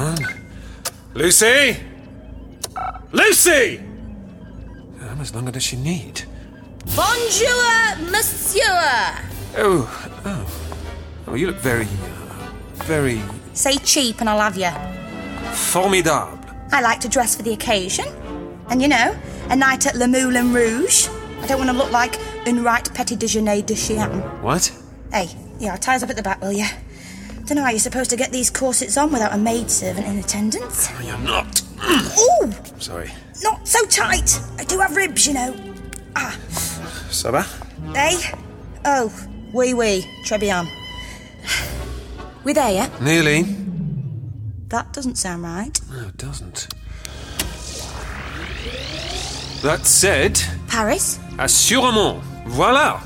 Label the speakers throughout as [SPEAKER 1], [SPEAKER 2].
[SPEAKER 1] Huh? Uh-huh. Lucy? Lucy! How much longer does she need?
[SPEAKER 2] Bonjour, monsieur!
[SPEAKER 1] Oh, oh. Oh, you look very, uh, very
[SPEAKER 2] Say cheap and I'll have you.
[SPEAKER 1] formidable.
[SPEAKER 2] I like to dress for the occasion. And you know, a night at Le Moulin Rouge. I don't want to look like un right petit déjeuner de chien.
[SPEAKER 1] What?
[SPEAKER 2] Hey, yeah, ties up at the back, will you? Don't know how you're supposed to get these corsets on without a maidservant in attendance.
[SPEAKER 1] Oh, you're not.
[SPEAKER 2] Ooh,
[SPEAKER 1] Sorry.
[SPEAKER 2] not so tight. I do have ribs, you know.
[SPEAKER 1] Saba?
[SPEAKER 2] Hey? Oh, wee wee, Trebillon. We there, yeah?
[SPEAKER 1] Nearly.
[SPEAKER 2] That doesn't sound right.
[SPEAKER 1] No, it doesn't. That said,
[SPEAKER 2] Paris?
[SPEAKER 1] assurément, voilà!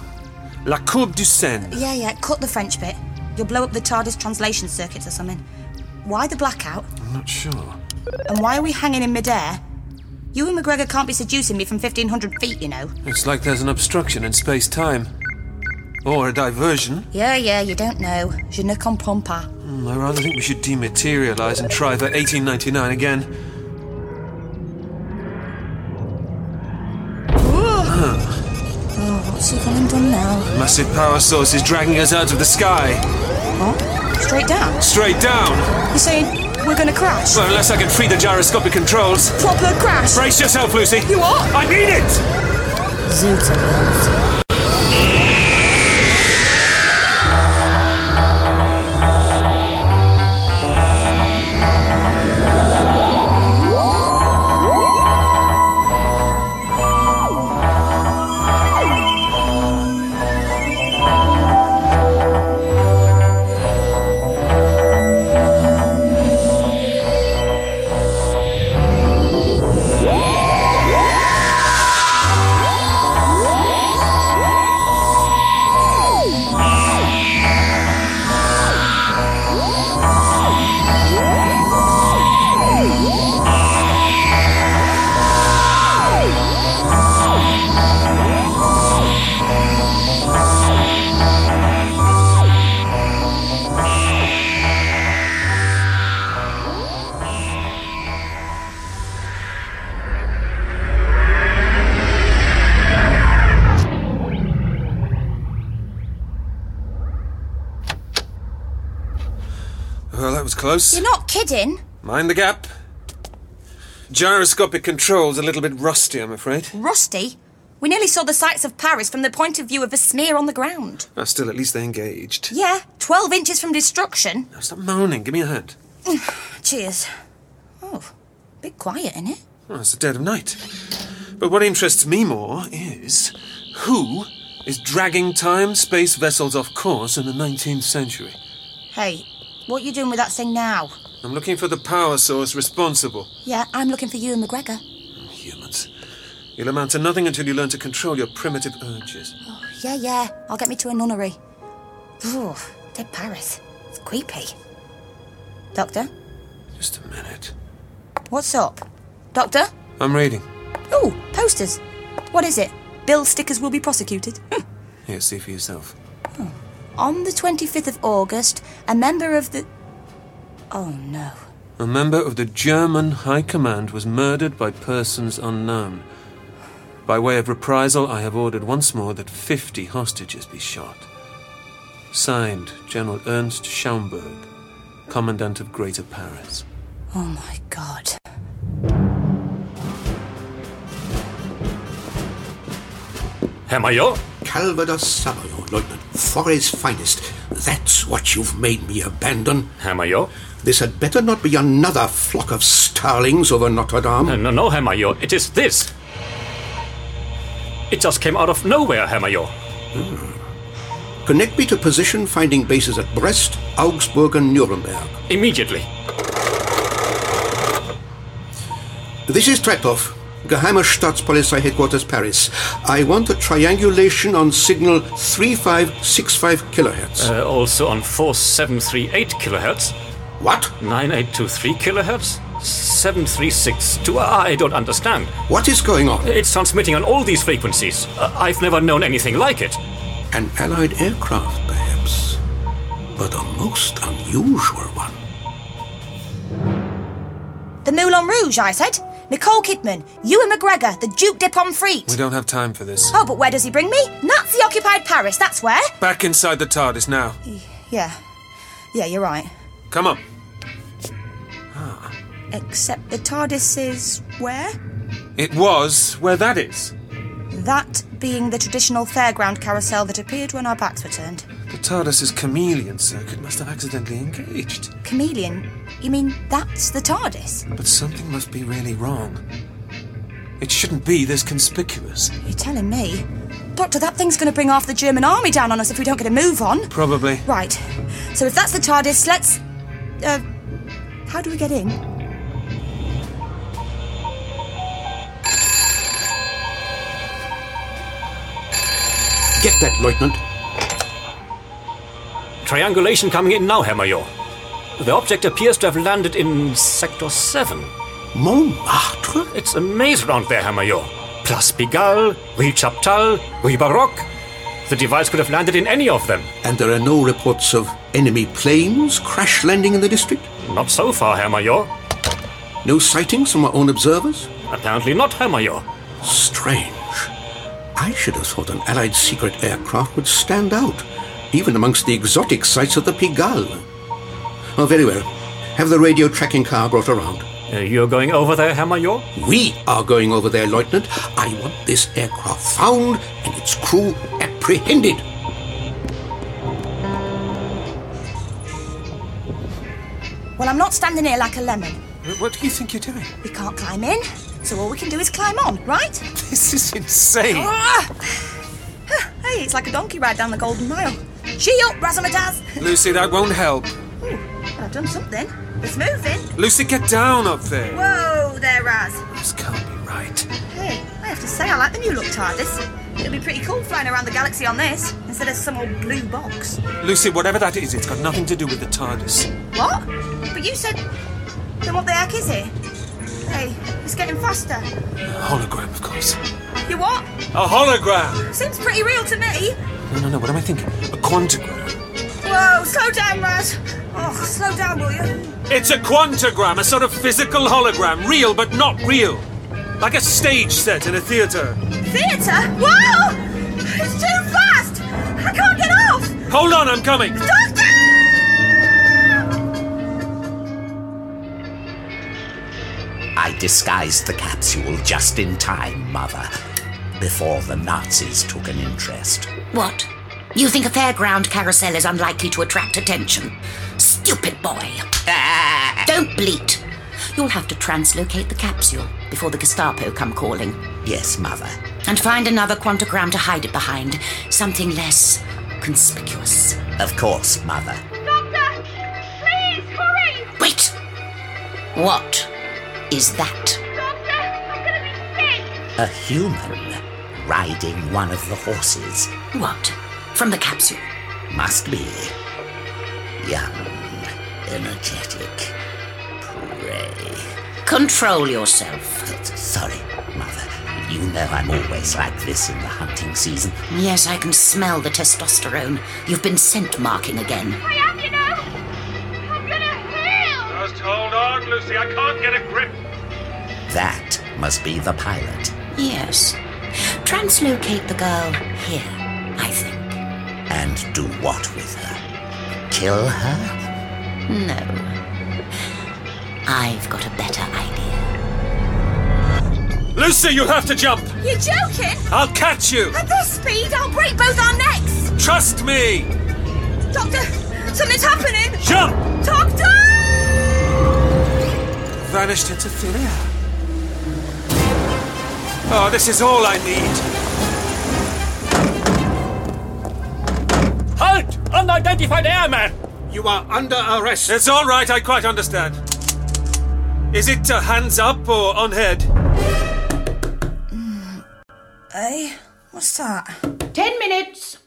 [SPEAKER 1] La courbe du Seine.
[SPEAKER 2] Yeah, yeah, cut the French bit. You'll blow up the TARDIS translation circuits or something. Why the blackout?
[SPEAKER 1] I'm not sure.
[SPEAKER 2] And why are we hanging in midair? You and McGregor can't be seducing me from 1500 feet, you know.
[SPEAKER 1] It's like there's an obstruction in space time. Or a diversion.
[SPEAKER 2] Yeah, yeah, you don't know. Je ne comprends pas.
[SPEAKER 1] Hmm, I rather think we should dematerialize and try for 1899 again.
[SPEAKER 2] Oh, what's he gone and done now?
[SPEAKER 1] Massive power source is dragging us out of the sky.
[SPEAKER 2] Huh? Straight down?
[SPEAKER 1] Straight down!
[SPEAKER 2] You're saying we're gonna crash?
[SPEAKER 1] Well, unless I can free the gyroscopic controls.
[SPEAKER 2] Proper crash?
[SPEAKER 1] Brace yourself, Lucy!
[SPEAKER 2] You what?
[SPEAKER 1] I mean it!
[SPEAKER 2] Zooter
[SPEAKER 1] Well, that was close.
[SPEAKER 2] You're not kidding.
[SPEAKER 1] Mind the gap. Gyroscopic control's a little bit rusty, I'm afraid.
[SPEAKER 2] Rusty? We nearly saw the sights of Paris from the point of view of a smear on the ground.
[SPEAKER 1] Ah, still, at least they engaged.
[SPEAKER 2] Yeah, 12 inches from destruction.
[SPEAKER 1] Now, stop moaning. Give me a hand.
[SPEAKER 2] Cheers. Oh, bit quiet, innit?
[SPEAKER 1] Well, Oh, it's the dead of night. But what interests me more is who is dragging time space vessels off course in the 19th century?
[SPEAKER 2] Hey, what you doing with that thing now?
[SPEAKER 1] I'm looking for the power source responsible.
[SPEAKER 2] Yeah, I'm looking for you and McGregor.
[SPEAKER 1] Humans. You'll amount to nothing until you learn to control your primitive urges.
[SPEAKER 2] Yeah, yeah, I'll get me to a nunnery. Ooh, dead Paris. It's creepy. Doctor?
[SPEAKER 1] Just a minute.
[SPEAKER 2] What's up? Doctor?
[SPEAKER 1] I'm reading.
[SPEAKER 2] Ooh, posters. What is it? Bill stickers will be prosecuted.
[SPEAKER 1] Here, see for yourself.
[SPEAKER 2] On the 25th of August, a member of the. Oh no.
[SPEAKER 1] A member of the German High Command was murdered by persons unknown. By way of reprisal, I have ordered once more that 50 hostages be shot. Signed, General Ernst Schaumburg, Commandant of Greater Paris.
[SPEAKER 2] Oh my god.
[SPEAKER 3] Herr Major?
[SPEAKER 4] Calvados Savoy, Lieutenant. Foray's finest. That's what you've made me abandon.
[SPEAKER 3] Herr Major?
[SPEAKER 4] This had better not be another flock of starlings over Notre Dame.
[SPEAKER 3] No, no, no, Herr Major. It is this. It just came out of nowhere, Herr Major.
[SPEAKER 4] Hmm. Connect me to position finding bases at Brest, Augsburg, and Nuremberg.
[SPEAKER 3] Immediately.
[SPEAKER 4] This is Treptow, Geheimer Staatspolizei Headquarters, Paris. I want a triangulation on signal 3565 kilohertz.
[SPEAKER 3] Uh, also on 4738 kilohertz,
[SPEAKER 4] what?
[SPEAKER 3] 9823 kilohertz, 7362. Ah, I I don't understand.
[SPEAKER 4] What is going on?
[SPEAKER 3] It's transmitting on all these frequencies. Uh, I've never known anything like it.
[SPEAKER 4] An Allied aircraft, perhaps, but a most unusual one.
[SPEAKER 2] The Moulin Rouge, I said. Nicole Kidman, Ewan McGregor, the Duke de
[SPEAKER 1] We
[SPEAKER 2] Pomfret.
[SPEAKER 1] don't have time for this.
[SPEAKER 2] Oh, but where does he bring me? Nazi occupied Paris, that's where.
[SPEAKER 1] Back inside the TARDIS now.
[SPEAKER 2] Yeah. Yeah, you're right.
[SPEAKER 1] Come on.
[SPEAKER 2] Except the TARDIS is where?
[SPEAKER 1] It was where that is.
[SPEAKER 2] That being the traditional fairground carousel that appeared when our backs were turned.
[SPEAKER 1] The TARDIS's chameleon circuit must have accidentally engaged.
[SPEAKER 2] Chameleon? You mean that's the TARDIS?
[SPEAKER 1] But something must be really wrong. It shouldn't be this conspicuous.
[SPEAKER 2] You're telling me? Doctor, that thing's going to bring half the German army down on us if we don't get a move on.
[SPEAKER 1] Probably.
[SPEAKER 2] Right. So if that's the TARDIS, let's. Uh, how do we get in?
[SPEAKER 4] Get that, Lieutenant.
[SPEAKER 3] Triangulation coming in now, Hermayor. The object appears to have landed in Sector 7.
[SPEAKER 4] Montmartre?
[SPEAKER 3] It's a maze round there, Hermayor. Place Pigalle, Rue Chaptal, Rue Baroque. The device could have landed in any of them.
[SPEAKER 4] And there are no reports of enemy planes crash landing in the district?
[SPEAKER 3] Not so far, Hermayor.
[SPEAKER 4] Oh. No sightings from our own observers?
[SPEAKER 3] Apparently not, Hermayor.
[SPEAKER 4] Strange. I should have thought an Allied secret aircraft would stand out, even amongst the exotic sights of the Pigalle. Oh, very well. Have the radio tracking car brought around.
[SPEAKER 3] Uh, you're going over there, Hermayor?
[SPEAKER 4] We are going over there, Lieutenant. I want this aircraft found and its crew apprehended.
[SPEAKER 2] Well, I'm not standing here like a lemon.
[SPEAKER 1] What do you think you're doing?
[SPEAKER 2] We can't climb in, so all we can do is climb on, right?
[SPEAKER 1] This is insane.
[SPEAKER 2] Ah! hey, it's like a donkey ride down the Golden Mile. Gee up, Razzmatazz!
[SPEAKER 1] Lucy, that won't help.
[SPEAKER 2] I've done something. It's moving.
[SPEAKER 1] Lucy, get down up there.
[SPEAKER 2] Whoa there, Raz.
[SPEAKER 1] This can't be right.
[SPEAKER 2] Hey, I have to say, I like the new look TARDIS. It'll be pretty cool flying around the galaxy on this instead of some old blue box.
[SPEAKER 1] Lucy, whatever that is, it's got nothing to do with the TARDIS.
[SPEAKER 2] What? But you said. Then what the heck is it? Hey, it's getting faster.
[SPEAKER 1] A hologram, of course.
[SPEAKER 2] You what?
[SPEAKER 1] A hologram!
[SPEAKER 2] Seems pretty real to me.
[SPEAKER 1] No, no, no, what am I thinking? A quantogram.
[SPEAKER 2] Whoa, slow down, Raz. Oh, slow down, will you?
[SPEAKER 1] It's a quantogram, a sort of physical hologram, real but not real. Like a stage set in a theatre.
[SPEAKER 2] Theatre? Whoa! It's too fast! I can't get off!
[SPEAKER 1] Hold on, I'm coming!
[SPEAKER 5] I disguised the capsule just in time, Mother, before the Nazis took an interest.
[SPEAKER 6] What? You think a fairground carousel is unlikely to attract attention? Stupid boy. Don't bleat. You'll have to translocate the capsule before the Gestapo come calling.
[SPEAKER 5] Yes, Mother.
[SPEAKER 6] And find another quantogram to hide it behind. Something less conspicuous.
[SPEAKER 5] Of course, Mother.
[SPEAKER 7] Doctor! Please, hurry!
[SPEAKER 6] Wait! What is that?
[SPEAKER 7] Doctor, I'm gonna be sick!
[SPEAKER 5] A human riding one of the horses
[SPEAKER 6] What? From the capsule.
[SPEAKER 5] must be young, energetic, prey.
[SPEAKER 6] Control yourself.
[SPEAKER 5] Sorry, Mother. You know I'm always like this in the hunting season.
[SPEAKER 6] Yes, I can smell the testosterone. You've been scent marking again.
[SPEAKER 7] I am, you know! I'm gonna heal!
[SPEAKER 1] Just hold on, Lucy, I can't get a grip.
[SPEAKER 5] That must be the pilot.
[SPEAKER 6] Yes. Translocate the girl here, I think.
[SPEAKER 5] And do what with her? Kill her?
[SPEAKER 6] No. I've got a better idea.
[SPEAKER 1] Lucy, you have to jump!
[SPEAKER 2] You're joking?
[SPEAKER 1] I'll catch you!
[SPEAKER 2] At this speed, I'll break both our necks!
[SPEAKER 1] Trust me!
[SPEAKER 2] Doctor, something's happening!
[SPEAKER 1] Jump!
[SPEAKER 2] Doctor!
[SPEAKER 1] Vanished into thin air. Oh, this is all I need.
[SPEAKER 3] Halt! Unidentified airman!
[SPEAKER 4] You are under arrest.
[SPEAKER 1] It's all right, I quite understand. Is it uh, hands up or on head?
[SPEAKER 2] Hey, what's that?
[SPEAKER 8] Ten minutes.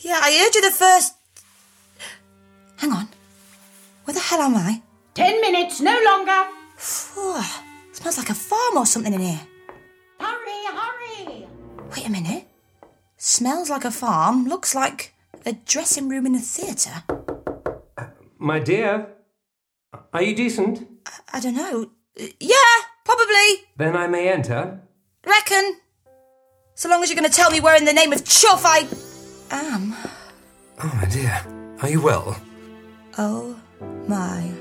[SPEAKER 2] Yeah, I heard you the first. Hang on. Where the hell am I?
[SPEAKER 8] Ten minutes, no longer.
[SPEAKER 2] Oh, smells like a farm or something in here.
[SPEAKER 8] Hurry, hurry.
[SPEAKER 2] Wait a minute. Smells like a farm, looks like a dressing room in a theatre.
[SPEAKER 9] My dear, are you decent?
[SPEAKER 2] I don't know. Uh, Yeah, probably.
[SPEAKER 9] Then I may enter?
[SPEAKER 2] Reckon. So long as you're going to tell me where in the name of Chuff I am.
[SPEAKER 9] Oh, my dear. Are you well?
[SPEAKER 2] Oh my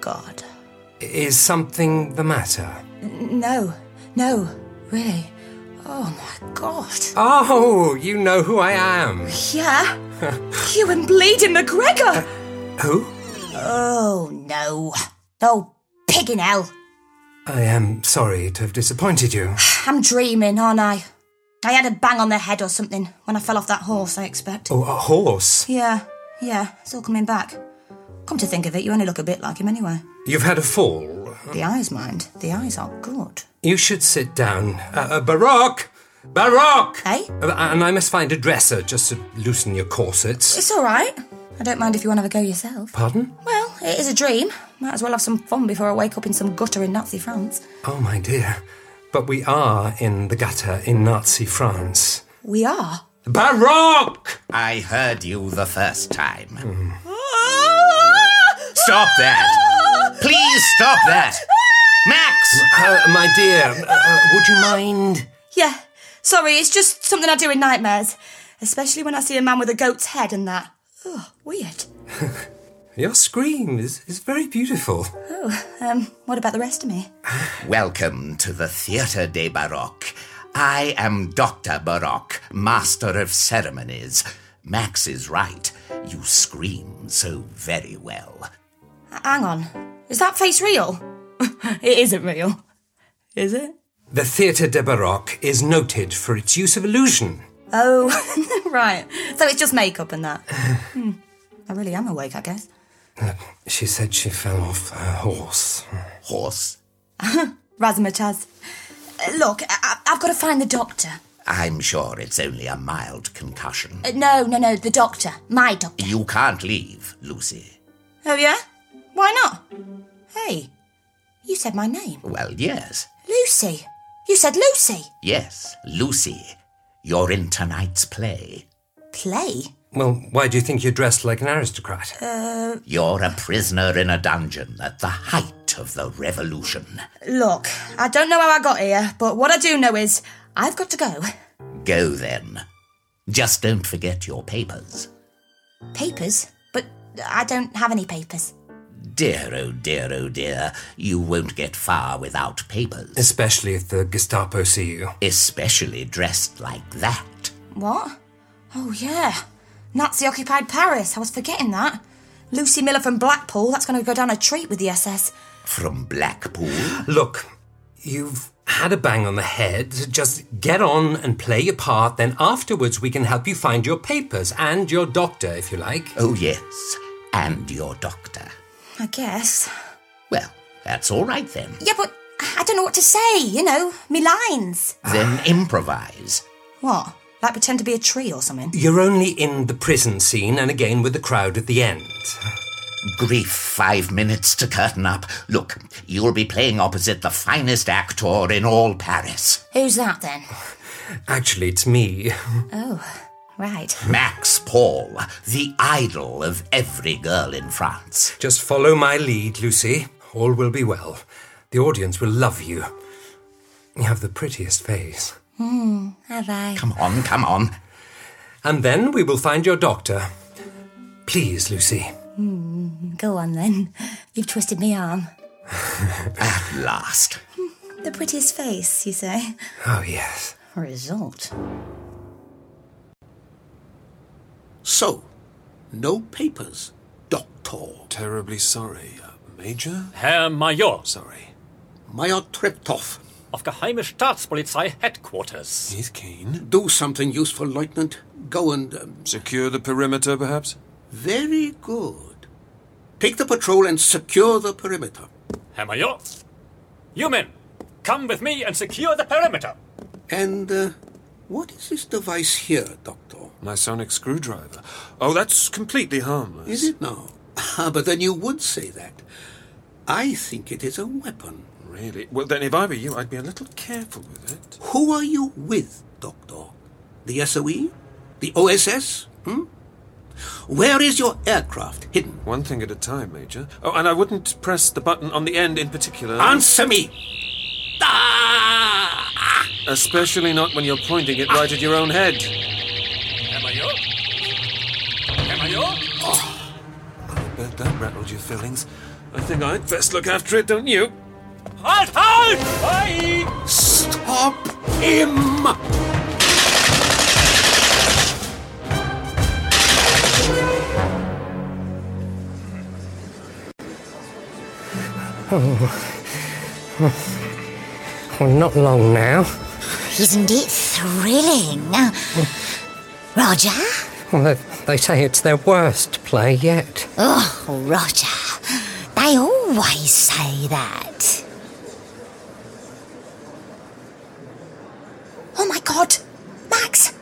[SPEAKER 2] god.
[SPEAKER 9] Is something the matter?
[SPEAKER 2] N- No, no, really. Oh my god.
[SPEAKER 9] Oh, you know who I am.
[SPEAKER 2] Yeah? you and Bleeding McGregor!
[SPEAKER 9] Who?
[SPEAKER 2] Oh no. Oh, pig in hell.
[SPEAKER 9] I am sorry to have disappointed you.
[SPEAKER 2] I'm dreaming, aren't I? I had a bang on the head or something when I fell off that horse, I expect.
[SPEAKER 9] Oh, a horse.
[SPEAKER 2] Yeah, yeah, it's all coming back. Come to think of it, you only look a bit like him anyway.
[SPEAKER 9] You've had a fall.
[SPEAKER 2] The eyes, mind. The eyes are good.
[SPEAKER 9] You should sit down. Uh, uh, Baroque! Baroque!
[SPEAKER 2] Eh?
[SPEAKER 9] Uh, and I must find a dresser just to loosen your corsets.
[SPEAKER 2] It's all right. I don't mind if you want to have a go yourself.
[SPEAKER 9] Pardon?
[SPEAKER 2] Well, it is a dream. Might as well have some fun before I wake up in some gutter in Nazi France.
[SPEAKER 9] Oh, my dear. But we are in the gutter in Nazi France.
[SPEAKER 2] We are.
[SPEAKER 9] Baroque!
[SPEAKER 5] I heard you the first
[SPEAKER 9] Mm-hmm.
[SPEAKER 5] time. Stop that! Please stop that! Max!
[SPEAKER 9] Uh, my dear, uh, uh, would you mind?
[SPEAKER 2] Yeah. Sorry, it's just something I do in nightmares. Especially when I see a man with a goat's head and that. Ugh, weird.
[SPEAKER 9] Your scream is, is very beautiful.
[SPEAKER 2] Um, what about the rest of me?
[SPEAKER 5] Welcome to the Theatre de Baroque. I am Dr. Baroque, Master of Ceremonies. Max is right. You scream so very well.
[SPEAKER 2] H- hang on. Is that face real? it isn't real. Is it?
[SPEAKER 9] The Theatre de Baroque is noted for its use of illusion.
[SPEAKER 2] Oh, right. So it's just makeup and that. Hmm. I really am awake, I guess.
[SPEAKER 9] She said she fell off her horse.
[SPEAKER 5] Horse,
[SPEAKER 2] Razmataz. Uh, Look, I- I- I've got to find the doctor.
[SPEAKER 5] I'm sure it's only a mild concussion.
[SPEAKER 2] Uh, no, no, no, the doctor. My doctor.
[SPEAKER 5] You can't leave, Lucy.
[SPEAKER 2] Oh, yeah? Why not? Hey, you said my name.
[SPEAKER 5] Well, yes.
[SPEAKER 2] Lucy. You said Lucy.
[SPEAKER 5] Yes, Lucy. You're in tonight's play.
[SPEAKER 2] Play?
[SPEAKER 9] Well, why do you think you're dressed like an aristocrat?
[SPEAKER 2] Uh,
[SPEAKER 5] You're a prisoner in a dungeon at the height of the revolution.
[SPEAKER 2] Look, I don't know how I got here, but what I do know is I've got to go.
[SPEAKER 5] Go then. Just don't forget your papers.
[SPEAKER 2] Papers? But I don't have any papers.
[SPEAKER 5] Dear, oh dear, oh dear, you won't get far without papers,
[SPEAKER 9] Especially if the Gestapo see you.
[SPEAKER 5] especially dressed like that.
[SPEAKER 2] What? Oh, yeah. Nazi occupied Paris. I was forgetting that. Lucy Miller from Blackpool. That's going to go down a treat with the SS.
[SPEAKER 5] From Blackpool?
[SPEAKER 9] Look, you've had a bang on the head. Just get on and play your part, then afterwards we can help you find your papers and your doctor, if you like.
[SPEAKER 5] Oh, yes, and your doctor.
[SPEAKER 2] I guess.
[SPEAKER 5] Well, that's all right then.
[SPEAKER 2] Yeah, but I don't know what to say, you know, me lines.
[SPEAKER 5] Then
[SPEAKER 9] Ah.
[SPEAKER 5] improvise.
[SPEAKER 2] What? Like pretend to be a tree or something?
[SPEAKER 9] You're only in the prison scene and again with the crowd at the end.
[SPEAKER 5] Grief five minutes to curtain up. Look, you'll be playing opposite the finest actor in all Paris,
[SPEAKER 2] Who's that then?
[SPEAKER 9] Actually, it's me.
[SPEAKER 2] Oh, right.
[SPEAKER 5] Max Paul, the idol of every girl in France.
[SPEAKER 9] Just follow my lead, Lucy. All will be well. The audience will love you. You have the prettiest face.
[SPEAKER 2] Hmm, Have I?
[SPEAKER 5] Come on, come on.
[SPEAKER 9] And then we will find your doctor. Please, Lucy.
[SPEAKER 2] Hmm, Go on then. You've twisted me arm.
[SPEAKER 5] At last.
[SPEAKER 2] The prettiest face, you say?
[SPEAKER 9] Oh, yes.
[SPEAKER 2] Result.
[SPEAKER 4] So, no papers, Doctor.
[SPEAKER 1] Terribly sorry, uh, Major?
[SPEAKER 3] Herr Major
[SPEAKER 1] Sorry.
[SPEAKER 4] Major Treptow,
[SPEAKER 3] of Geheime Staatspolizei Headquarters.
[SPEAKER 1] He's keen.
[SPEAKER 4] do something useful, Lieutenant. Go and. Um,
[SPEAKER 1] Secure the perimeter, perhaps?
[SPEAKER 4] very good. Take the patrol and secure the perimeter.
[SPEAKER 3] Herr Major, you men, come with me and secure the perimeter.
[SPEAKER 4] And uh, what is this device here, Doctor?
[SPEAKER 1] My sonic screwdriver. Oh, that's completely harmless.
[SPEAKER 4] Is it now? Ah, but then you would say that. I think it is a weapon.
[SPEAKER 1] Really? Well, then, if I were you, I'd be a little careful with it.
[SPEAKER 4] Who E? are you with, Doctor? The SOE? The OSS? Hmm? Where is your aircraft hidden?
[SPEAKER 1] One thing at a time, Major. Oh, and I wouldn't press the button on the end in particular.
[SPEAKER 4] Answer me! Ah!
[SPEAKER 1] Especially not when you're pointing it right at your own head.
[SPEAKER 3] Hamayo? Hamayo?
[SPEAKER 1] Bet that rattled your feelings. I think I'd best look after it, don't you?
[SPEAKER 3] Halt, halt! Aye!
[SPEAKER 4] Stop him!
[SPEAKER 10] Oh, Well, not long now.
[SPEAKER 11] Isn't it thrilling? Roger?
[SPEAKER 10] Well, they, they say it's their worst play yet.
[SPEAKER 11] Oh, Roger. They always say that.
[SPEAKER 2] Oh my god! Max!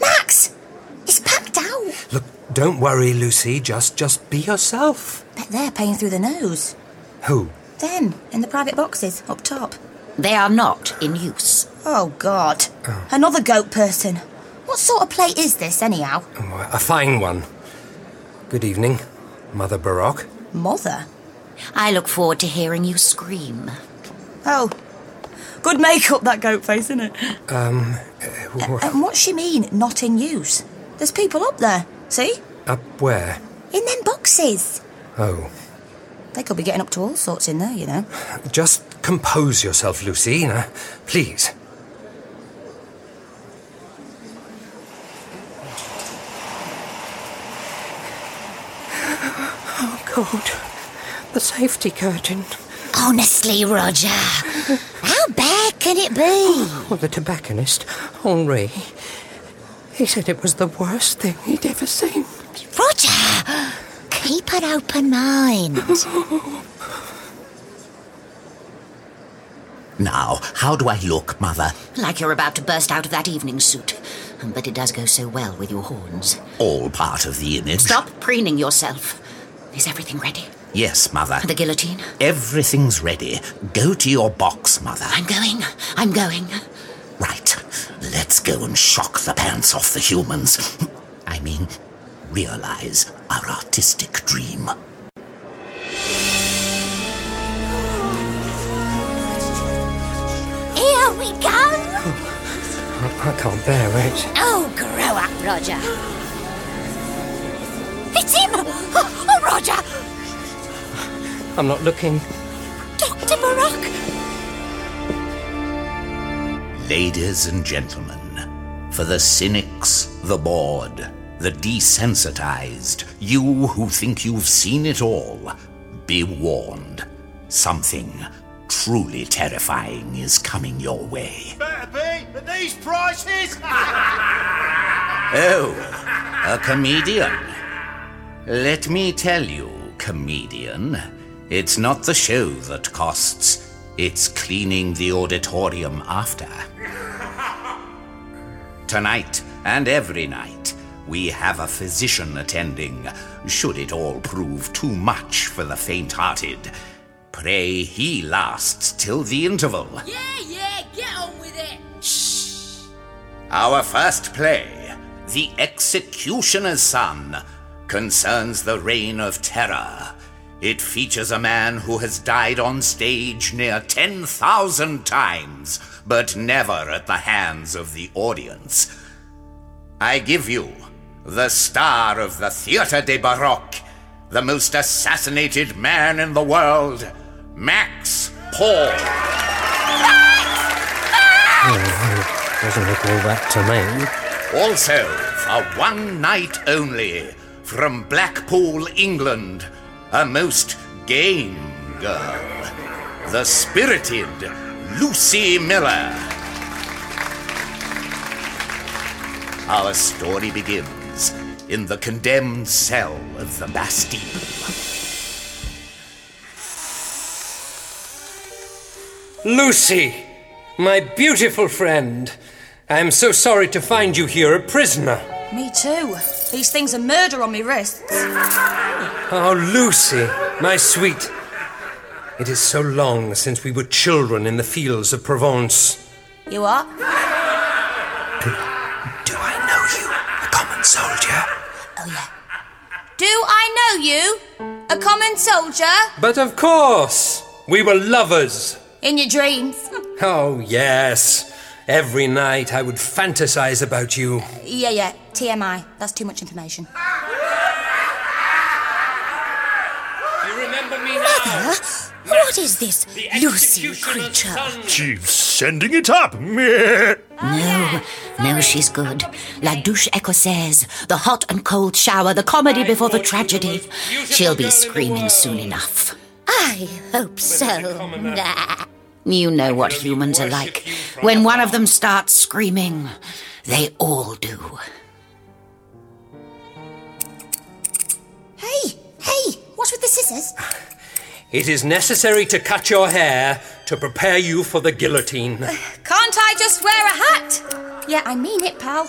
[SPEAKER 2] Max! It's packed out!
[SPEAKER 9] Look, don't worry, Lucy. Just, just be yourself.
[SPEAKER 2] Bet they're paying through the nose.
[SPEAKER 9] Who?
[SPEAKER 2] Them, in the private boxes, up top.
[SPEAKER 6] They are not in use.
[SPEAKER 2] Oh god. Another goat person. What sort of plate is this, anyhow?
[SPEAKER 9] Oh, a fine one. Good evening, Mother Baroque.
[SPEAKER 2] Mother?
[SPEAKER 6] I look forward to hearing you scream.
[SPEAKER 2] Oh. Good makeup, that goat face, isn't it?
[SPEAKER 9] Um, uh,
[SPEAKER 2] And what's she mean, not in use? There's people up there. See?
[SPEAKER 9] Up where?
[SPEAKER 2] In them boxes.
[SPEAKER 9] Oh.
[SPEAKER 2] They could be getting up to all sorts in there, you know.
[SPEAKER 9] Just compose yourself, Lucy. Now, please.
[SPEAKER 10] Oh, God. The safety curtain.
[SPEAKER 11] Honestly, Roger. How bad can it be?
[SPEAKER 10] Oh, Well, the tobacconist, Oh, Henri, he said it was the worst thing he'd ever seen.
[SPEAKER 11] Roger! Keep an open mind.
[SPEAKER 5] Now, how do I look, Mother?
[SPEAKER 6] Like you're about to burst out of that evening suit. But it does go so well with your horns.
[SPEAKER 5] All part of the image.
[SPEAKER 6] Stop preening yourself. Is everything ready?
[SPEAKER 5] Yes, Mother.
[SPEAKER 6] The guillotine?
[SPEAKER 5] Everything's ready. Go to your box, Mother.
[SPEAKER 6] I'm going. I'm going.
[SPEAKER 5] Right. Let's go and shock the pants off the humans. I mean, realize our artistic dream.
[SPEAKER 11] Here we go.
[SPEAKER 10] I, I can't bear it.
[SPEAKER 11] Oh, grow up, Roger. It's him! Oh, oh, Roger!
[SPEAKER 10] I'm not looking.
[SPEAKER 11] Dr. Baroque!
[SPEAKER 5] Ladies and gentlemen, for the cynics, the bored, the desensitized, you who think you've seen it all, be warned. Something truly terrifying is coming your way.
[SPEAKER 12] Better be at these prices!
[SPEAKER 5] Oh, a comedian. Let me tell you, comedian, it's not the show that costs, it's cleaning the auditorium after. Tonight and every night, we have a physician attending, should it all prove too much for the faint hearted. Pray he lasts till the interval.
[SPEAKER 7] Yeah, yeah, get on with it.
[SPEAKER 5] Our first play, The Executioner's Son, concerns the reign of terror. It features a man who has died on stage near 10,000 times, but never at the hands of the audience. I give you the star of the Theatre de Baroque, the most assassinated man in the world, Max Paul.
[SPEAKER 9] Doesn't look all that to me.
[SPEAKER 5] Also, for one night only, from Blackpool, England, a most game girl, the spirited Lucy Miller. Our story begins in the condemned cell of the Bastille.
[SPEAKER 9] Lucy, my beautiful friend. I am so sorry to find you here a prisoner.
[SPEAKER 2] Me too. These things are murder on me wrists.
[SPEAKER 9] Oh, Lucy, my sweet. It is so long since we were children in the fields of Provence.
[SPEAKER 2] You are?
[SPEAKER 9] Do I know you, a common soldier?
[SPEAKER 2] Oh yeah. Do I know you? A common soldier?
[SPEAKER 9] But of course, we were lovers.
[SPEAKER 2] In your dreams?
[SPEAKER 9] Oh, yes. Every night I would fantasize about you.
[SPEAKER 13] Yeah, yeah. TMI. That's too much information.
[SPEAKER 14] You remember me
[SPEAKER 15] Mother? What is this Lucy creature?
[SPEAKER 16] She's sending it up. Meh.
[SPEAKER 6] No, no, she's good. La douche écossaise, the hot and cold shower, the comedy before the tragedy. She'll be screaming soon enough.
[SPEAKER 15] I hope so. Nah.
[SPEAKER 6] You know what humans are like. When one of them starts screaming, they all do.
[SPEAKER 13] Hey, hey, what's with the scissors?
[SPEAKER 9] It is necessary to cut your hair to prepare you for the guillotine.
[SPEAKER 2] Can't I just wear a hat? Yeah, I mean it, pal.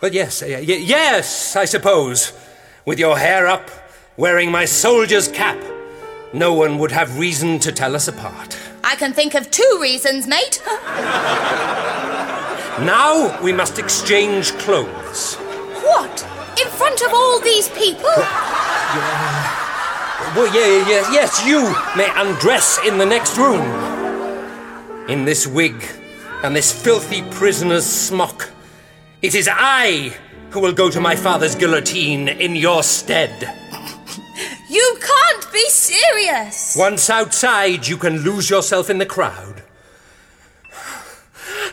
[SPEAKER 9] But yes, y- y- yes, I suppose. With your hair up, wearing my soldier's cap, no one would have reason to tell us apart.
[SPEAKER 2] I can think of two reasons, mate.
[SPEAKER 9] Now we must exchange clothes.
[SPEAKER 2] what? In front of all these people?
[SPEAKER 9] Well, yeah, yes, yes, you may undress in the next room. In this wig and this filthy prisoner's smock, it is I who will go to my father's guillotine in your stead.
[SPEAKER 2] You can't be serious.
[SPEAKER 9] Once outside, you can lose yourself in the crowd.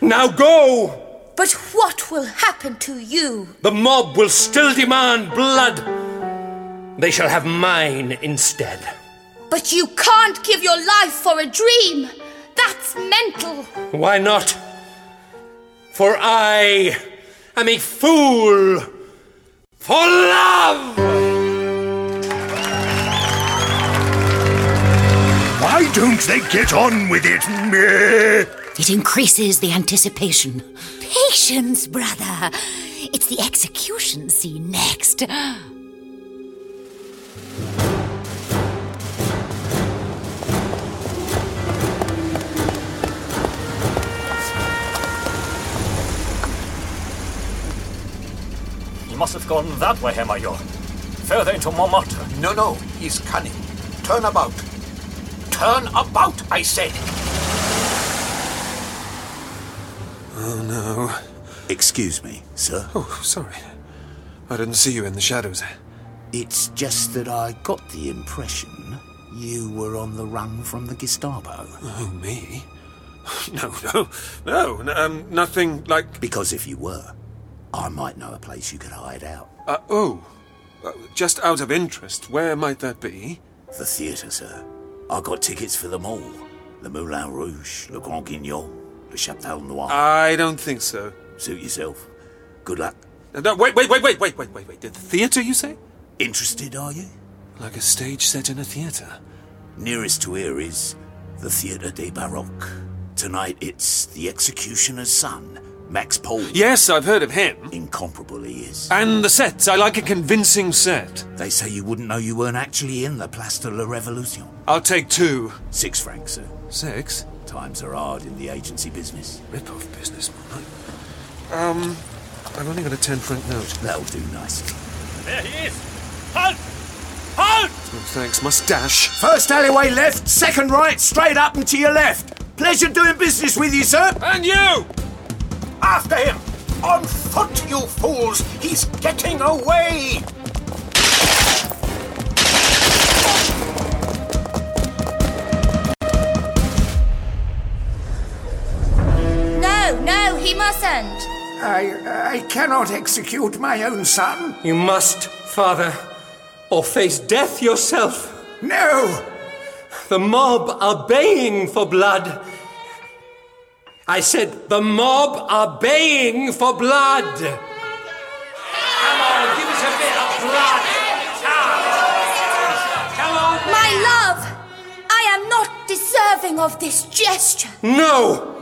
[SPEAKER 9] Now go!
[SPEAKER 2] But what will happen to you?
[SPEAKER 9] The mob will still demand blood. They shall have mine instead.
[SPEAKER 2] But you can't give your life for a dream. That's mental.
[SPEAKER 9] Why not? For I am a fool for love!
[SPEAKER 16] Why don't they get on with it? Meh.
[SPEAKER 6] It increases the anticipation.
[SPEAKER 15] Patience, brother. It's the execution scene next.
[SPEAKER 14] You must have gone that way, Herr Major. Further into Montmartre.
[SPEAKER 3] No, no, he's cunning. Turn about. Turn about, I said.
[SPEAKER 1] Oh, no.
[SPEAKER 5] Excuse me, sir.
[SPEAKER 1] Oh, sorry. I didn't see you in the shadows.
[SPEAKER 5] It's just that I got the impression you were on the run from the Gestapo.
[SPEAKER 1] Oh, me? No, no, no, n- um, nothing like.
[SPEAKER 5] Because if you were, I might know a place you could hide out.
[SPEAKER 1] Uh, oh, Uh, just out of interest, where might that be?
[SPEAKER 5] The theatre, sir. I got tickets for them all. The Moulin Rouge, Le Grand Guignol, Le Chateau Noir.
[SPEAKER 1] I don't think so.
[SPEAKER 5] Suit yourself. Good luck.
[SPEAKER 1] Uh, No, wait, wait, wait, wait, wait, wait, wait, wait. The theatre, you say?
[SPEAKER 5] Interested, are you?
[SPEAKER 1] Like a stage set in a theatre.
[SPEAKER 5] Nearest to here is the Theatre des Baroques. Tonight it's the executioner's son, Max Pole.
[SPEAKER 1] Yes, I've heard of him.
[SPEAKER 5] Incomparable he is.
[SPEAKER 1] And the sets. I like a convincing set.
[SPEAKER 5] They say you wouldn't know you weren't actually in the Place de la Revolution.
[SPEAKER 1] I'll take two.
[SPEAKER 5] Six francs, sir.
[SPEAKER 1] Six?
[SPEAKER 5] Times are hard in the agency business.
[SPEAKER 1] Rip off business, man. Um, I've only got a ten franc note.
[SPEAKER 5] That'll do nicely.
[SPEAKER 14] There he is! Halt! Halt!
[SPEAKER 1] Oh, thanks, mustache.
[SPEAKER 17] First alleyway left, second right, straight up and to your left. Pleasure doing business with you, sir.
[SPEAKER 1] And you!
[SPEAKER 17] After him! On foot, you fools! He's getting away!
[SPEAKER 2] No, no, he mustn't.
[SPEAKER 17] I, I cannot execute my own son.
[SPEAKER 9] You must, father, or face death yourself.
[SPEAKER 17] No!
[SPEAKER 9] The mob are baying for blood. I said, the mob are baying for blood. Come on, give us a bit of blood.
[SPEAKER 2] My love, I am not deserving of this gesture.
[SPEAKER 9] No!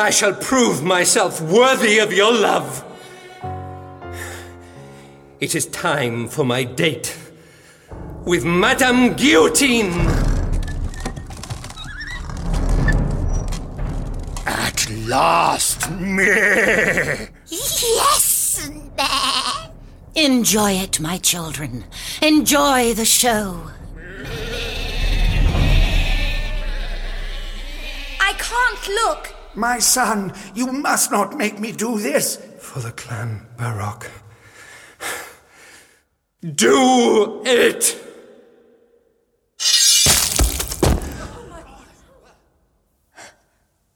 [SPEAKER 9] I shall prove myself worthy of your love. It is time for my date with Madame Guillotine.
[SPEAKER 16] At last, meh.
[SPEAKER 15] Yes, nah.
[SPEAKER 6] Enjoy it, my children. Enjoy the show.
[SPEAKER 18] I can't look.
[SPEAKER 19] My son, you must not make me do this.
[SPEAKER 20] For the clan Barak.
[SPEAKER 9] Do it!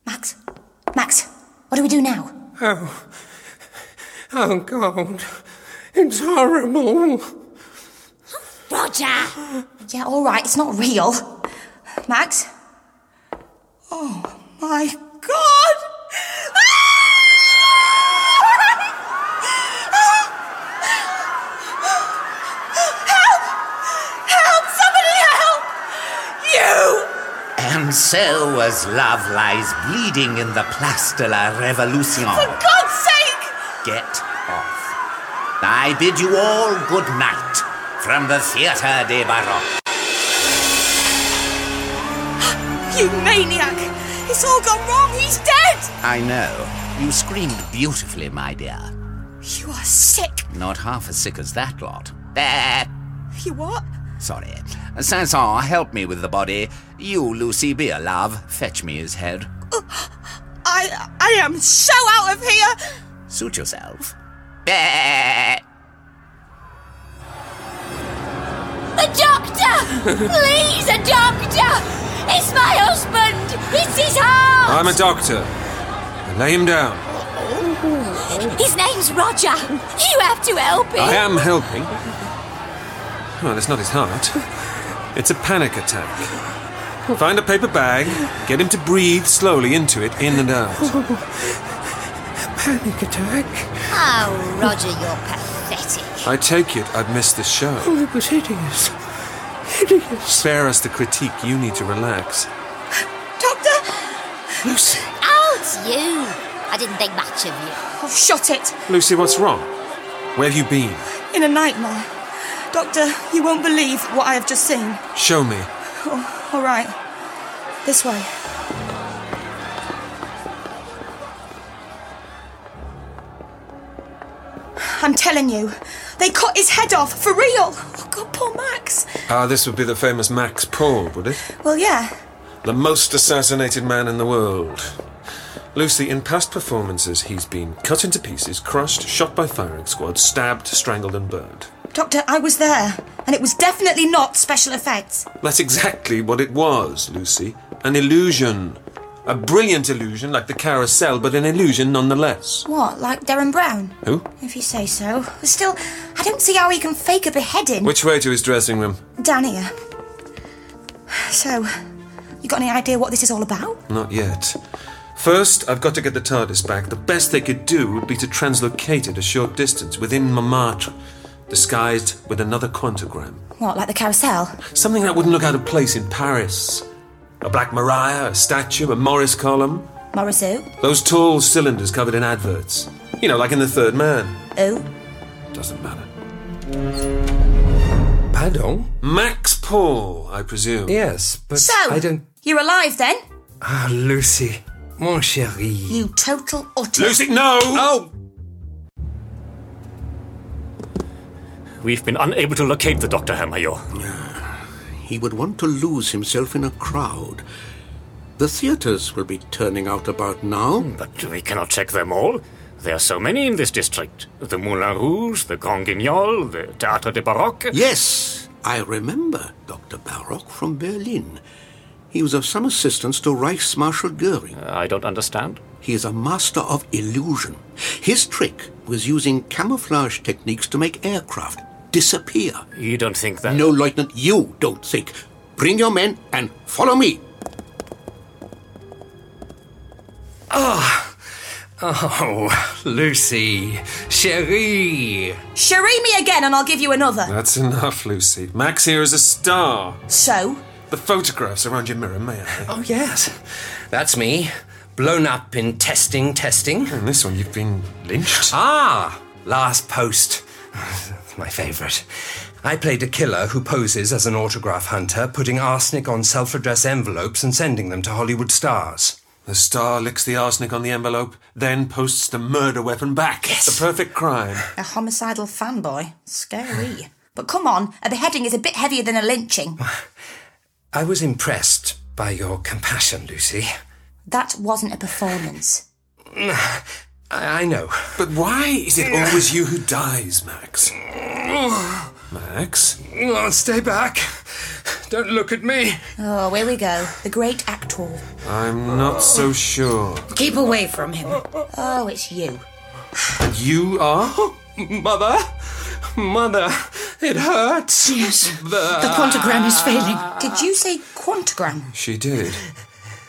[SPEAKER 2] Max? Max, what do we do now?
[SPEAKER 10] Oh. Oh, God. It's horrible.
[SPEAKER 2] Roger! Yeah, all right, it's not real. Max? Oh, my God!
[SPEAKER 7] Help! Help! Somebody help!
[SPEAKER 5] You! And so was love lies bleeding in the Place de la Revolution.
[SPEAKER 7] For God's sake!
[SPEAKER 5] Get off. I bid you all good night from the Theatre de Baroque.
[SPEAKER 2] You maniac! It's all gone wrong! He's dead!
[SPEAKER 5] I know. You screamed beautifully, my dear.
[SPEAKER 2] You are sick!
[SPEAKER 5] Not half as sick as that lot. There.
[SPEAKER 2] You what?
[SPEAKER 5] Sorry. Sanson, help me with the body. You, Lucy, be a love. Fetch me his head.
[SPEAKER 2] I I am so out of here!
[SPEAKER 5] Suit yourself.
[SPEAKER 18] A doctor! Please, a doctor! It's my husband! It's his heart!
[SPEAKER 1] I'm a doctor. Lay him down.
[SPEAKER 18] His name's Roger. You have to help him.
[SPEAKER 1] I am helping. Well, it's not his heart. It's a panic attack. Find a paper bag, get him to breathe slowly into it, in and out.
[SPEAKER 10] Panic attack.
[SPEAKER 11] Oh, Roger, you're pathetic.
[SPEAKER 1] I take it I'd missed the show.
[SPEAKER 10] Oh, it was hideous.
[SPEAKER 1] Spare us the critique, you need to relax.
[SPEAKER 2] Doctor!
[SPEAKER 1] Lucy!
[SPEAKER 11] Oh, it's you. I didn't think much of you.
[SPEAKER 2] I've shot Oh, it!
[SPEAKER 1] Lucy, what's wrong? Where have you been?
[SPEAKER 2] In a nightmare. Doctor, you won't believe what I have just seen.
[SPEAKER 1] Show me.
[SPEAKER 2] Oh, all right. This way. I'm telling you, they cut his head off for real. Oh God, poor Max.
[SPEAKER 1] Ah, this would be the famous Max Paul, would it?
[SPEAKER 2] Well, yeah.
[SPEAKER 1] The most assassinated man in the world. Lucy, in past performances, he's been cut into pieces, crushed, shot by firing squad, stabbed, strangled, and burned.
[SPEAKER 2] Doctor, I was there, and it was definitely not special effects.
[SPEAKER 1] That's exactly what it was, Lucy. An illusion. A brilliant illusion, like the carousel, but an illusion nonetheless.
[SPEAKER 2] What, like Darren Brown?
[SPEAKER 1] Who?
[SPEAKER 2] If you say so. Still, I don't see how he can fake a beheading.
[SPEAKER 1] Which way to his dressing room?
[SPEAKER 2] Down here. So, you got any idea what this is all about?
[SPEAKER 1] Not yet. First, I've got to get the TARDIS back. The best they could do would be to translocate it a short distance within Montmartre, disguised with another quantogram.
[SPEAKER 2] What, like the carousel?
[SPEAKER 1] Something that wouldn't look out of place in Paris. A black Maria, a statue, a Morris column.
[SPEAKER 2] Morris who?
[SPEAKER 1] Those tall cylinders covered in adverts. You know, like in The Third Man.
[SPEAKER 2] Who?
[SPEAKER 1] Doesn't matter.
[SPEAKER 20] Pardon?
[SPEAKER 1] Max Paul, I presume.
[SPEAKER 20] Yes, but
[SPEAKER 2] So,
[SPEAKER 20] I don't.
[SPEAKER 2] you're alive then?
[SPEAKER 20] Ah, Lucy. Mon chéri.
[SPEAKER 2] You total utter.
[SPEAKER 1] Lucy, no!
[SPEAKER 3] Oh! We've been unable to locate the Dr. Hermayor.
[SPEAKER 4] He would want to lose himself in a crowd. The theatres will be turning out about now.
[SPEAKER 3] But we cannot check them all. There are so many in this district. The Moulin Rouge, the Grand Guignol, the Théâtre de Baroque.
[SPEAKER 4] Yes, I remember Dr. Barock from Berlin. He was of some assistance to Reichsmarshal Goering.
[SPEAKER 3] Uh, I don't understand.
[SPEAKER 4] He is a master of illusion. His trick was using camouflage techniques to make aircraft disappear.
[SPEAKER 3] You don't think that?
[SPEAKER 4] No, Lieutenant, you don't think. Bring your men and follow me.
[SPEAKER 20] Ah! Oh, Lucy. Chérie.
[SPEAKER 2] Cherie me again and I'll give you another.
[SPEAKER 1] That's enough, Lucy. Max here is a star.
[SPEAKER 2] So?
[SPEAKER 1] The photographs around your mirror, may I?
[SPEAKER 20] Oh, yes. That's me. Blown up in testing, testing.
[SPEAKER 1] And this one, you've been lynched?
[SPEAKER 20] Ah! Last post. That's My favourite. I played a killer who poses as an autograph hunter, putting arsenic on self address envelopes and sending them to Hollywood stars.
[SPEAKER 1] The star licks the arsenic on the envelope, then posts the murder weapon back. The perfect crime.
[SPEAKER 2] A homicidal fanboy? Scary. but come on, a beheading is a bit heavier than a lynching.
[SPEAKER 20] I was impressed by your compassion, Lucy.
[SPEAKER 2] That wasn't a performance.
[SPEAKER 20] I, I know.
[SPEAKER 1] But why is it always you who dies, Max? Max?
[SPEAKER 20] Oh, stay back. Don't look at me.
[SPEAKER 2] Oh, here we go. The great actor.
[SPEAKER 1] I'm not so sure.
[SPEAKER 2] Keep away from him. Oh, it's you.
[SPEAKER 1] And you are?
[SPEAKER 9] Mother? Mother, it hurts. Yes.
[SPEAKER 1] the quantogram is failing.
[SPEAKER 2] Did you say quantogram?
[SPEAKER 1] She did.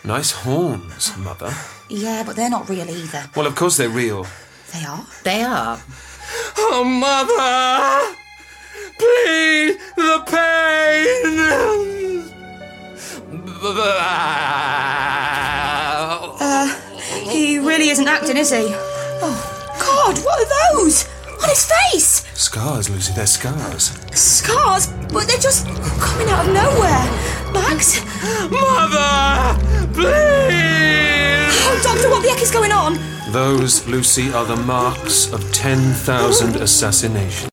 [SPEAKER 1] Nice horns, Mother.
[SPEAKER 2] Yeah, but they're not real either.
[SPEAKER 1] Well, of course they're real.
[SPEAKER 2] They are?
[SPEAKER 6] They are.
[SPEAKER 9] Oh, Mother! Please, the pain!
[SPEAKER 2] Uh, he really isn't acting, is he? Oh, God, what are those? On his face!
[SPEAKER 1] Scars, Lucy, they're scars.
[SPEAKER 2] Scars, but they're just coming out of nowhere. Max?
[SPEAKER 9] Mother! Please!
[SPEAKER 2] Oh, Doctor, what the heck is going on?
[SPEAKER 1] Those, Lucy, are the marks of 10,000 assassinations.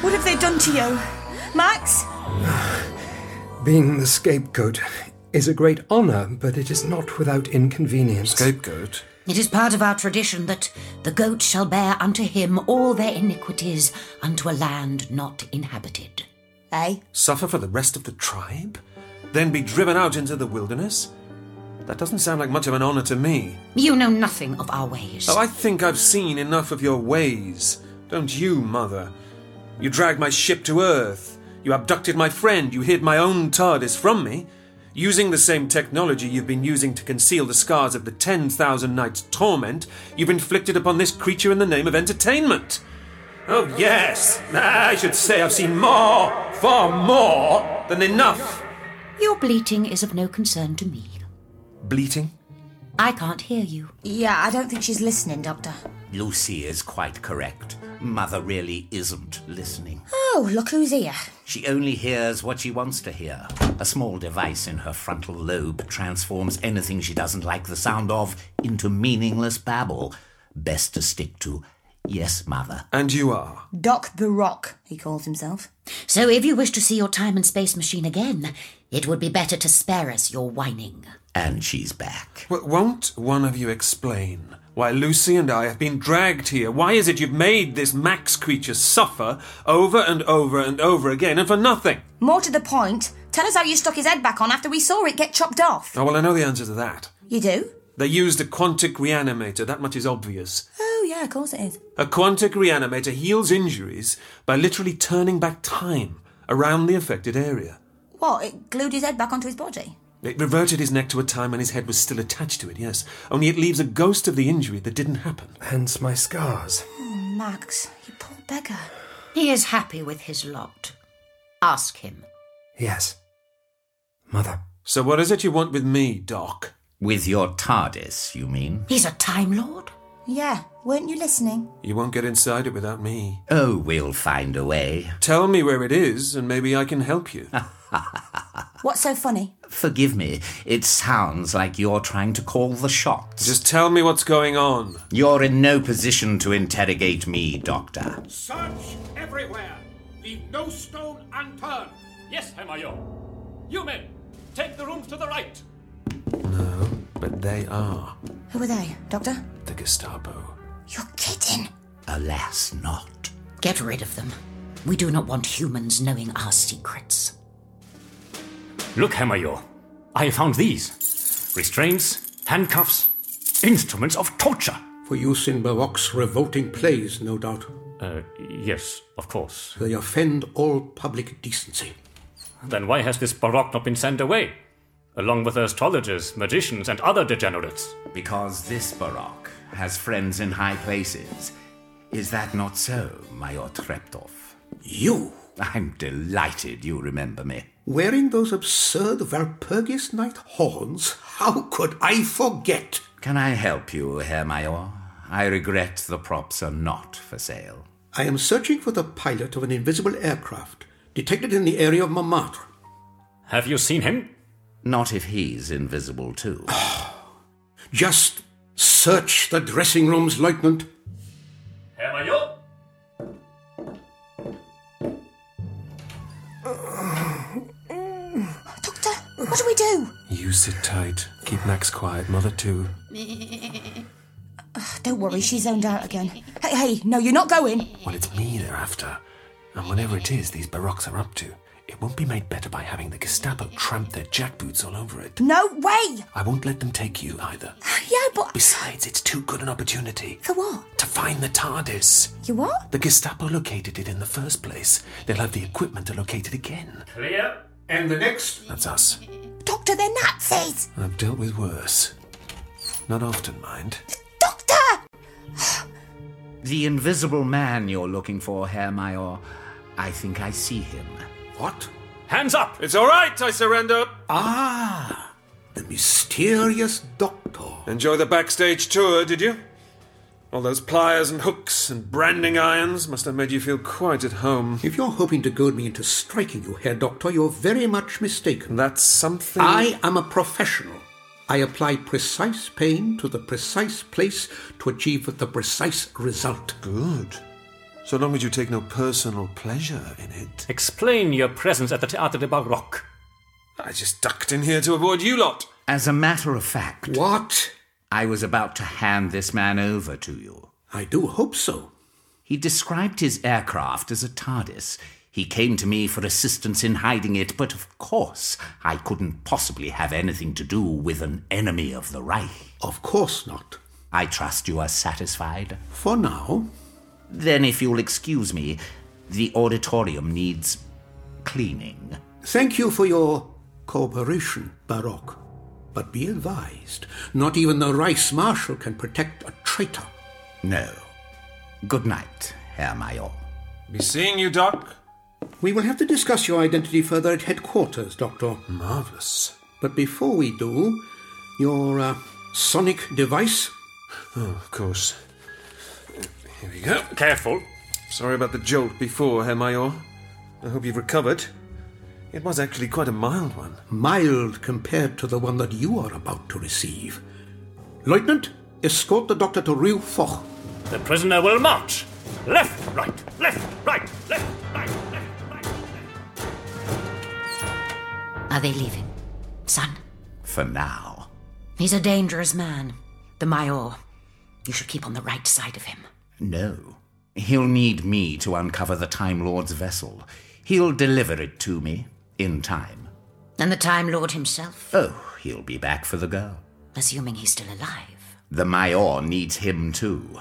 [SPEAKER 2] What have they done to you? Max?
[SPEAKER 10] Being the scapegoat is a great honour, but it is not without inconvenience.
[SPEAKER 1] Scapegoat?
[SPEAKER 6] It is part of our tradition that the goat shall bear unto him all their iniquities unto a land not inhabited.
[SPEAKER 2] Eh?
[SPEAKER 1] Suffer for the rest of the tribe? Then be driven out into the wilderness? That doesn't sound like much of an honour to me.
[SPEAKER 6] You know nothing of our ways.
[SPEAKER 1] Oh, I think I've seen enough of your ways. Don't you, Mother? You dragged my ship to Earth. You abducted my friend. You hid my own TARDIS from me. Using the same technology you've been using to conceal the scars of the 10,000 Nights' torment, you've inflicted upon this creature in the name of entertainment. Oh, yes. I should say I've seen more, far more than enough.
[SPEAKER 6] Your bleating is of no concern to me.
[SPEAKER 1] Bleating?
[SPEAKER 6] I can't hear you.
[SPEAKER 2] Yeah, I don't think she's listening, Doctor.
[SPEAKER 5] Lucy is quite correct. Mother really isn't listening.
[SPEAKER 2] Oh, look who's here.
[SPEAKER 5] She only hears what she wants to hear. A small device in her frontal lobe transforms anything she doesn't like the sound of into meaningless babble. Best to stick to, yes, Mother.
[SPEAKER 1] And you are?
[SPEAKER 2] Doc Baroque, he calls himself.
[SPEAKER 6] So if you wish to see your time and space machine again, it would be better to spare us your whining.
[SPEAKER 5] And she's back.
[SPEAKER 1] W- won't one of you explain why Lucy and I have been dragged here? Why is it you've made this Max creature suffer over and over and over again and for nothing?
[SPEAKER 2] More to the point, tell us how you stuck his head back on after we saw it get chopped off.
[SPEAKER 1] Oh, well, I know the answer to that.
[SPEAKER 2] You do?
[SPEAKER 1] They used a quantic reanimator, that much is obvious.
[SPEAKER 2] Oh, yeah, of course it is.
[SPEAKER 1] A quantic reanimator heals injuries by literally turning back time around the affected area.
[SPEAKER 2] What, it glued his head back onto his body?
[SPEAKER 1] It reverted his neck to a time when his head was still attached to it, yes. Only it leaves a ghost of the injury that didn't happen.
[SPEAKER 10] Hence my scars.
[SPEAKER 2] Oh, Max, you poor beggar.
[SPEAKER 6] He is happy with his lot. Ask him.
[SPEAKER 10] Yes. Mother.
[SPEAKER 1] So, what is it you want with me, Doc?
[SPEAKER 5] With your TARDIS, you mean?
[SPEAKER 6] He's a Time Lord?
[SPEAKER 2] Yeah, weren't you listening?
[SPEAKER 1] You won't get inside it without me.
[SPEAKER 5] Oh, we'll find a way.
[SPEAKER 1] Tell me where it is, and maybe I can help you.
[SPEAKER 2] What's so funny?
[SPEAKER 5] Forgive me, it sounds like you're trying to call the shots.
[SPEAKER 1] Just tell me what's going on.
[SPEAKER 5] You're in no position to interrogate me, Doctor.
[SPEAKER 12] Search everywhere. Leave no stone unturned.
[SPEAKER 3] Yes, Herr Major. You men, take the rooms to the right.
[SPEAKER 1] No, but they are.
[SPEAKER 2] Who are they, Doctor?
[SPEAKER 1] The Gestapo.
[SPEAKER 2] You're kidding.
[SPEAKER 5] Alas, not.
[SPEAKER 6] Get rid of them. We do not want humans knowing our secrets.
[SPEAKER 3] Look, Herr Major. I found these restraints, handcuffs, instruments of torture.
[SPEAKER 4] For use in Baroque's revolting plays, no doubt.
[SPEAKER 3] Uh, yes, of course.
[SPEAKER 4] They offend all public decency.
[SPEAKER 3] Then why has this Baroque not been sent away? Along with astrologers, magicians, and other degenerates.
[SPEAKER 5] Because this Baroque has friends in high places. Is that not so, Major Treptov?
[SPEAKER 4] You?
[SPEAKER 5] I'm delighted you remember me.
[SPEAKER 4] Wearing those absurd Walpurgis night horns? How could I forget?
[SPEAKER 5] Can I help you, Herr Major? I regret the props are not for sale.
[SPEAKER 4] I am searching for the pilot of an invisible aircraft detected in the area of Montmartre.
[SPEAKER 3] Have you seen him?
[SPEAKER 5] Not if he's invisible, too.
[SPEAKER 4] Just search the dressing rooms, Lieutenant.
[SPEAKER 3] Herr Major?
[SPEAKER 2] Doctor, what do we do?
[SPEAKER 1] You sit tight. Keep Max quiet, Mother, too.
[SPEAKER 2] Ugh, Don't worry, she's zoned out again. Hey, hey, no, you're not going.
[SPEAKER 1] Well, it's me they're after. And whatever it is these Baroques are up to, it won't be made better by having the Gestapo tramp their jackboots all over it.
[SPEAKER 2] No way!
[SPEAKER 1] I won't let them take you either.
[SPEAKER 2] Ah, Yeah, but.
[SPEAKER 1] Besides, it's too good an opportunity
[SPEAKER 2] For what?
[SPEAKER 1] to find the TARDIS.
[SPEAKER 2] You what?
[SPEAKER 1] The Gestapo located it in the first place. They'll have the equipment to locate it again.
[SPEAKER 3] Clear.
[SPEAKER 4] And the next?
[SPEAKER 1] That's us.
[SPEAKER 2] Doctor, they're Nazis!
[SPEAKER 1] I've dealt with worse. Not often, mind.
[SPEAKER 2] Doctor!
[SPEAKER 5] The invisible man you're looking for, Herr Major. I think I see him.
[SPEAKER 4] What?
[SPEAKER 3] Hands up!
[SPEAKER 1] It's all right, I surrender.
[SPEAKER 4] Ah! The mysterious doctor.
[SPEAKER 1] Enjoy the backstage tour, did you? All those pliers and hooks and branding irons must have made you feel quite at home.
[SPEAKER 4] If you're hoping to goad me into striking you, Herr Doctor, you're very much mistaken.
[SPEAKER 1] That's something.
[SPEAKER 4] I am a professional. I apply precise pain to the precise place to achieve the precise result.
[SPEAKER 1] Good. So long as you take no personal pleasure in it.
[SPEAKER 3] Explain your presence at the Théâtre de Baroque.
[SPEAKER 1] I just ducked in here to avoid you lot.
[SPEAKER 5] As a matter of fact,
[SPEAKER 4] What?
[SPEAKER 5] I was about to hand this man over to you.
[SPEAKER 4] I do hope so.
[SPEAKER 5] He described his aircraft as a TARDIS. He came to me for assistance in hiding it, but of course I couldn't possibly have anything to do with an enemy of the Reich.
[SPEAKER 4] Of course not.
[SPEAKER 5] I trust you are satisfied.
[SPEAKER 4] For now,
[SPEAKER 5] Then, if you'll excuse me, the auditorium needs cleaning.
[SPEAKER 4] thank you for your cooperation, Baroque. But be advised, not even the Rice Marshal can protect a traitor.
[SPEAKER 5] No. Good night, Herr Major.
[SPEAKER 1] Be seeing you, Doc.
[SPEAKER 4] We will have to discuss your identity further at headquarters, Doctor.
[SPEAKER 1] Marvellous.
[SPEAKER 4] But before we do, your uh, sonic device?
[SPEAKER 1] Oh, of course. Here we go.
[SPEAKER 3] Careful.
[SPEAKER 1] Sorry about the jolt before, Herr Major. I hope you've recovered. It was actually quite a mild one.
[SPEAKER 4] Mild compared to the one that you are about to receive. Lieutenant, escort the doctor to Rue Foch.
[SPEAKER 3] The prisoner will march. Left, right, left, right, left, right, left, right.
[SPEAKER 6] Are they leaving? Son,
[SPEAKER 5] For now.
[SPEAKER 6] he's a dangerous man. The Mayor. You should keep on the right side of him.
[SPEAKER 5] No. He'll need me to uncover the Time Lord's vessel. He'll deliver it to me in time.
[SPEAKER 6] And the Time Lord himself,
[SPEAKER 5] Oh, he'll be back for the girl.
[SPEAKER 6] assuming he's still alive.
[SPEAKER 5] The Mayor needs him too.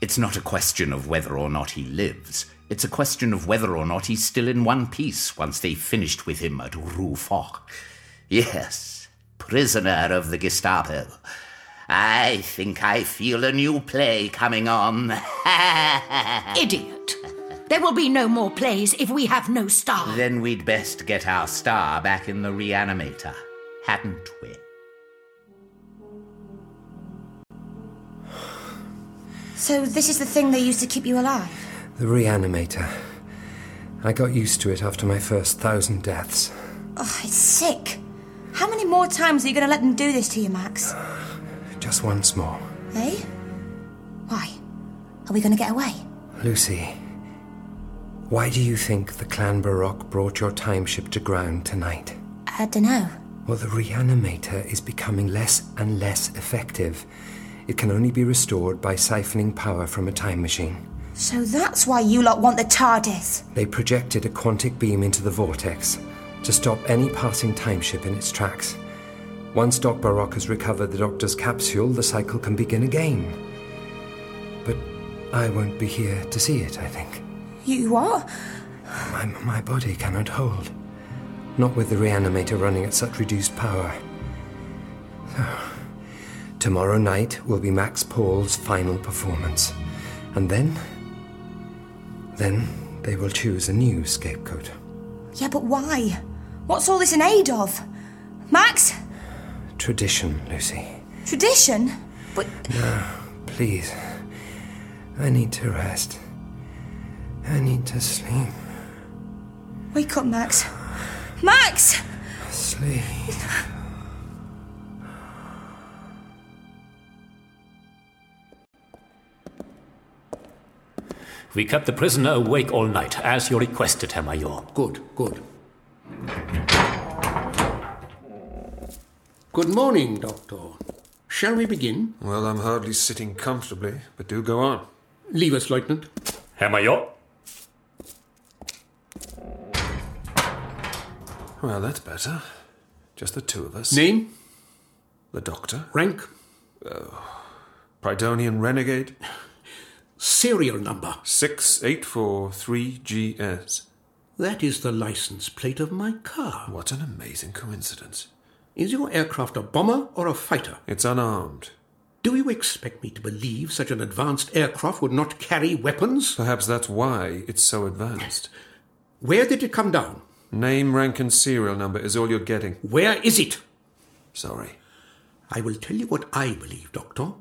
[SPEAKER 5] It's not a question of whether or not he lives. It's a question of whether or not he's still in one piece once they've finished with him at Rue Foch. Yes, prisoner of the Gestapo. I think I feel a new play coming on.
[SPEAKER 6] Idiot. There will be no more plays if we have no star.
[SPEAKER 5] Then we'd best get our star back in the reanimator, hadn't we?
[SPEAKER 2] So this is the thing they used to keep you alive?
[SPEAKER 10] The reanimator. I got used to it after my first thousand deaths.
[SPEAKER 2] Oh, it's sick. How many more times are you going to let them do this to you, Max?
[SPEAKER 10] Just once more.
[SPEAKER 2] Eh? Why? Are we going to get away?
[SPEAKER 10] Lucy, why do you think the Clan Baroque brought your time ship to ground tonight?
[SPEAKER 2] I don't know.
[SPEAKER 10] Well, the reanimator is becoming less and less effective. It can only be restored by siphoning power from a time machine.
[SPEAKER 2] So that's why you lot want the TARDIS.
[SPEAKER 10] They projected a quantic beam into the vortex to stop any passing time ship in its tracks. Once Doc Baroque has recovered the Doctor's capsule, the cycle can begin again. But I won't be here to see it, I think.
[SPEAKER 2] You what?
[SPEAKER 10] My, my body cannot hold. Not with the reanimator running at such reduced power. So, tomorrow night will be Max Paul's final performance. And then. Then they will choose a new scapegoat.
[SPEAKER 2] Yeah, but why? What's all this in aid of? Max?
[SPEAKER 10] Tradition, Lucy.
[SPEAKER 2] Tradition? But.
[SPEAKER 10] No, please. I need to rest. I need to sleep.
[SPEAKER 2] Wake up, Max. Max!
[SPEAKER 10] Sleep.
[SPEAKER 3] We kept the prisoner awake all night, as you requested, Herr Major.
[SPEAKER 4] Good, good. Good morning, Doctor. Shall we begin?
[SPEAKER 1] Well, I'm hardly sitting comfortably, but do go on.
[SPEAKER 4] Leave us, Lieutenant.
[SPEAKER 3] Herr Major?
[SPEAKER 1] Well, that's better. Just the two of us.
[SPEAKER 4] Name?
[SPEAKER 1] The Doctor.
[SPEAKER 4] Rank?
[SPEAKER 1] Oh. Prydonian Renegade.
[SPEAKER 4] Serial number?
[SPEAKER 1] 6843GS.
[SPEAKER 4] That is the license plate of my car.
[SPEAKER 1] What an amazing coincidence.
[SPEAKER 4] Is your aircraft a bomber or a fighter?
[SPEAKER 1] It's unarmed.
[SPEAKER 4] Do you expect me to believe such an advanced aircraft would not carry weapons?
[SPEAKER 1] Perhaps that's why it's so advanced.
[SPEAKER 4] Where did it come down?
[SPEAKER 1] Name, rank, and serial number is all you're getting.
[SPEAKER 4] Where is it?
[SPEAKER 1] Sorry.
[SPEAKER 4] I will tell you what I believe, Doctor.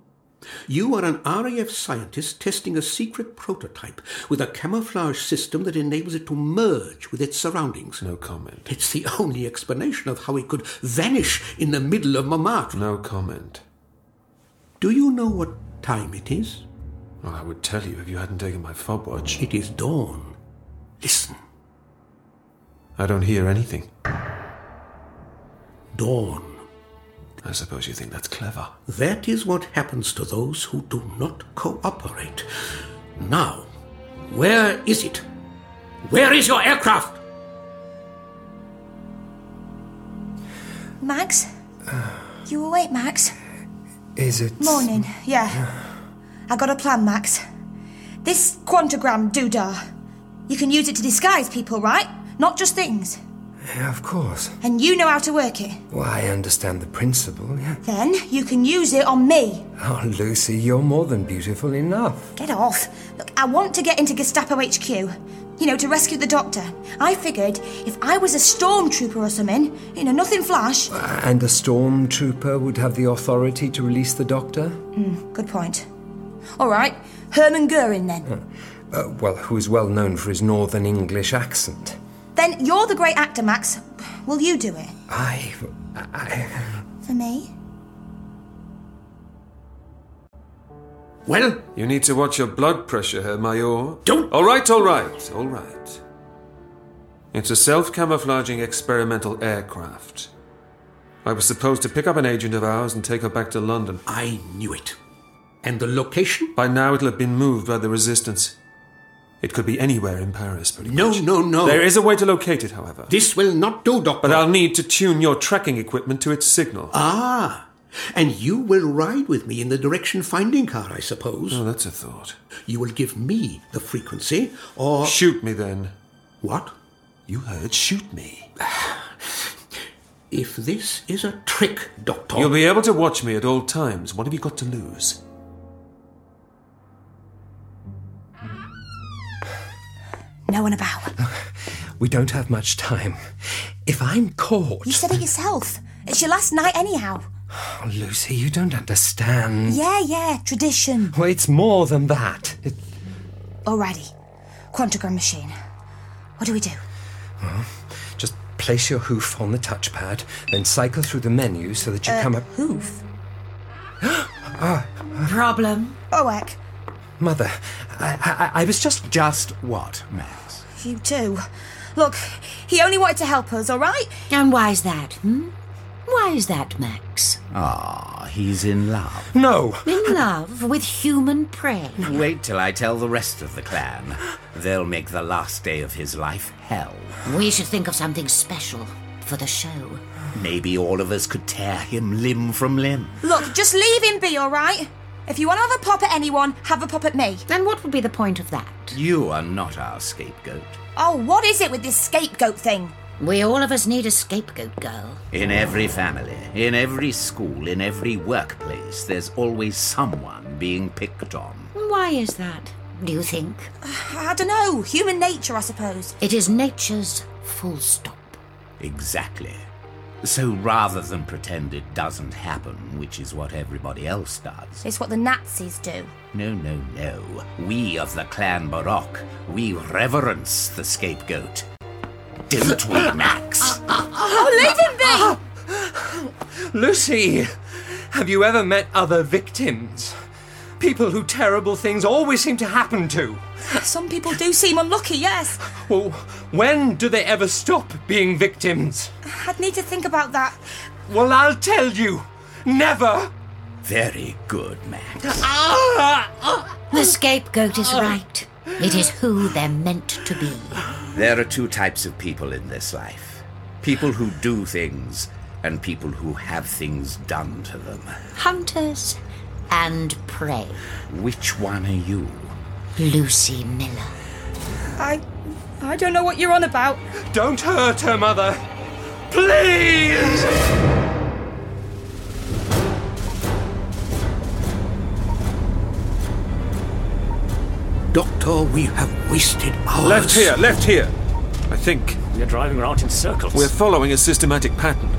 [SPEAKER 4] You are an RAF scientist testing a secret prototype with a camouflage system that enables it to merge with its surroundings.
[SPEAKER 1] No comment.
[SPEAKER 4] It's the only explanation of how it could vanish in the middle of Montmartre.
[SPEAKER 1] No comment.
[SPEAKER 4] Do you know what time it is?
[SPEAKER 1] Well, I would tell you if you hadn't taken my fob watch.
[SPEAKER 4] It is dawn. Listen.
[SPEAKER 1] I don't hear anything.
[SPEAKER 4] Dawn.
[SPEAKER 1] I suppose you think that's clever.
[SPEAKER 4] That is what happens to those who do not cooperate. Now, where is it? Where is your aircraft?
[SPEAKER 2] Max? You awake, Max?
[SPEAKER 10] Is it.
[SPEAKER 2] Morning, yeah. I got a plan, Max. This quantogram doodah. You can use it to disguise people, right? Not just things.
[SPEAKER 10] Yeah, of course.
[SPEAKER 2] And you know how to work it.
[SPEAKER 10] Well, I understand the principle, yeah.
[SPEAKER 2] Then you can use it on me.
[SPEAKER 10] Oh, Lucy, you're more than beautiful enough.
[SPEAKER 2] Get off. Look, I want to get into Gestapo HQ. You know, to rescue the doctor. I figured if I was a stormtrooper or something, you know, nothing flash.
[SPEAKER 10] Uh, And a stormtrooper would have the authority to release the doctor?
[SPEAKER 2] Mm, good point. All right, Hermann Goering then.
[SPEAKER 10] Uh, well, who is well known for his northern English accent.
[SPEAKER 2] Then you're the great actor, Max. Will you do it?
[SPEAKER 10] I. I.
[SPEAKER 2] For me?
[SPEAKER 4] Well?
[SPEAKER 1] You need to watch your blood pressure, Herr Major.
[SPEAKER 4] Don't.
[SPEAKER 1] All right, all right, all right. It's a self camouflaging experimental aircraft. I was supposed to pick up an agent of ours and take her back to London.
[SPEAKER 4] I knew it. And the location?
[SPEAKER 1] By now it'll have been moved by the resistance. It could be anywhere in Paris, pretty
[SPEAKER 4] No,
[SPEAKER 1] much.
[SPEAKER 4] no, no.
[SPEAKER 1] There is a way to locate it, however.
[SPEAKER 4] This will not do, Doctor.
[SPEAKER 1] But I'll need to tune your tracking equipment to its signal.
[SPEAKER 4] Ah. And you will ride with me in the direction finding car, I suppose.
[SPEAKER 1] Oh, that's a thought.
[SPEAKER 4] You will give me the frequency, or.
[SPEAKER 1] Shoot me then.
[SPEAKER 4] What?
[SPEAKER 1] You heard shoot me.
[SPEAKER 4] If this is a trick, Doctor.
[SPEAKER 1] You'll be able to watch me at all times. What have you got to lose?
[SPEAKER 2] No one about.
[SPEAKER 10] We don't have much time. If I'm caught.
[SPEAKER 2] You said it yourself. It's your last night, anyhow.
[SPEAKER 10] Oh, Lucy, you don't understand.
[SPEAKER 2] Yeah, yeah, tradition.
[SPEAKER 10] Well, it's more than that. It,
[SPEAKER 2] Alrighty. Quantogram machine. What do we do?
[SPEAKER 10] well, just place your hoof on the touchpad, then cycle through the menu so that you
[SPEAKER 2] Uh,
[SPEAKER 10] come up.
[SPEAKER 2] Hoof.
[SPEAKER 10] Ah,
[SPEAKER 2] Problem. Oh, heck.
[SPEAKER 10] mother, I, I, I was just. Just what, Max?
[SPEAKER 2] You too. Look, he only wanted to help us, all right?
[SPEAKER 6] And why is that, hmm? Why is that, Max?
[SPEAKER 5] Ah, he's in love.
[SPEAKER 10] No!
[SPEAKER 6] In love with human prey.
[SPEAKER 5] Wait till I tell the rest of the clan. They'll make the last day of his life hell.
[SPEAKER 6] We should think of something special for the show.
[SPEAKER 5] Maybe all of us could tear him limb from limb.
[SPEAKER 2] Look, just leave him be, all right? If you want to have a pop at anyone, have a pop at me.
[SPEAKER 6] Then what would be the point of that?
[SPEAKER 5] You are not our scapegoat.
[SPEAKER 2] Oh, what is it with this scapegoat thing?
[SPEAKER 6] We all of us need a scapegoat girl.
[SPEAKER 5] In every family, in every school, in every workplace, there's always someone being picked on.
[SPEAKER 6] Why is that, do you think?
[SPEAKER 2] I don't know. Human nature, I suppose.
[SPEAKER 6] It is nature's full stop.
[SPEAKER 5] Exactly. So rather than pretend it doesn't happen, which is what everybody else does,
[SPEAKER 2] It's what the Nazis do.
[SPEAKER 5] no, no, no. We of the Clan Baroque, we reverence the scapegoat. Don't we, Max?
[SPEAKER 2] Oh,
[SPEAKER 20] Ah, Lucy, have you ever met other victims? People who terrible things always seem to happen to.
[SPEAKER 2] Some people do seem unlucky, yes.
[SPEAKER 20] Well, when do they ever stop being victims?
[SPEAKER 2] I'd need to think about that.
[SPEAKER 20] Well, I'll tell you, never.
[SPEAKER 5] Very good, Max.
[SPEAKER 10] Ah!
[SPEAKER 6] The scapegoat is right. It is who they're meant to be.
[SPEAKER 5] There are two types of people in this life people who do things, and people who have things done to them.
[SPEAKER 6] Hunters and prey.
[SPEAKER 5] Which one are you?
[SPEAKER 6] Lucy Miller.
[SPEAKER 2] I. I don't know what you're on about.
[SPEAKER 20] Don't hurt her, Mother. Please!
[SPEAKER 4] Doctor, we have wasted hours.
[SPEAKER 1] Left here, left here. I think.
[SPEAKER 3] We're driving around in circles.
[SPEAKER 1] We're following a systematic pattern,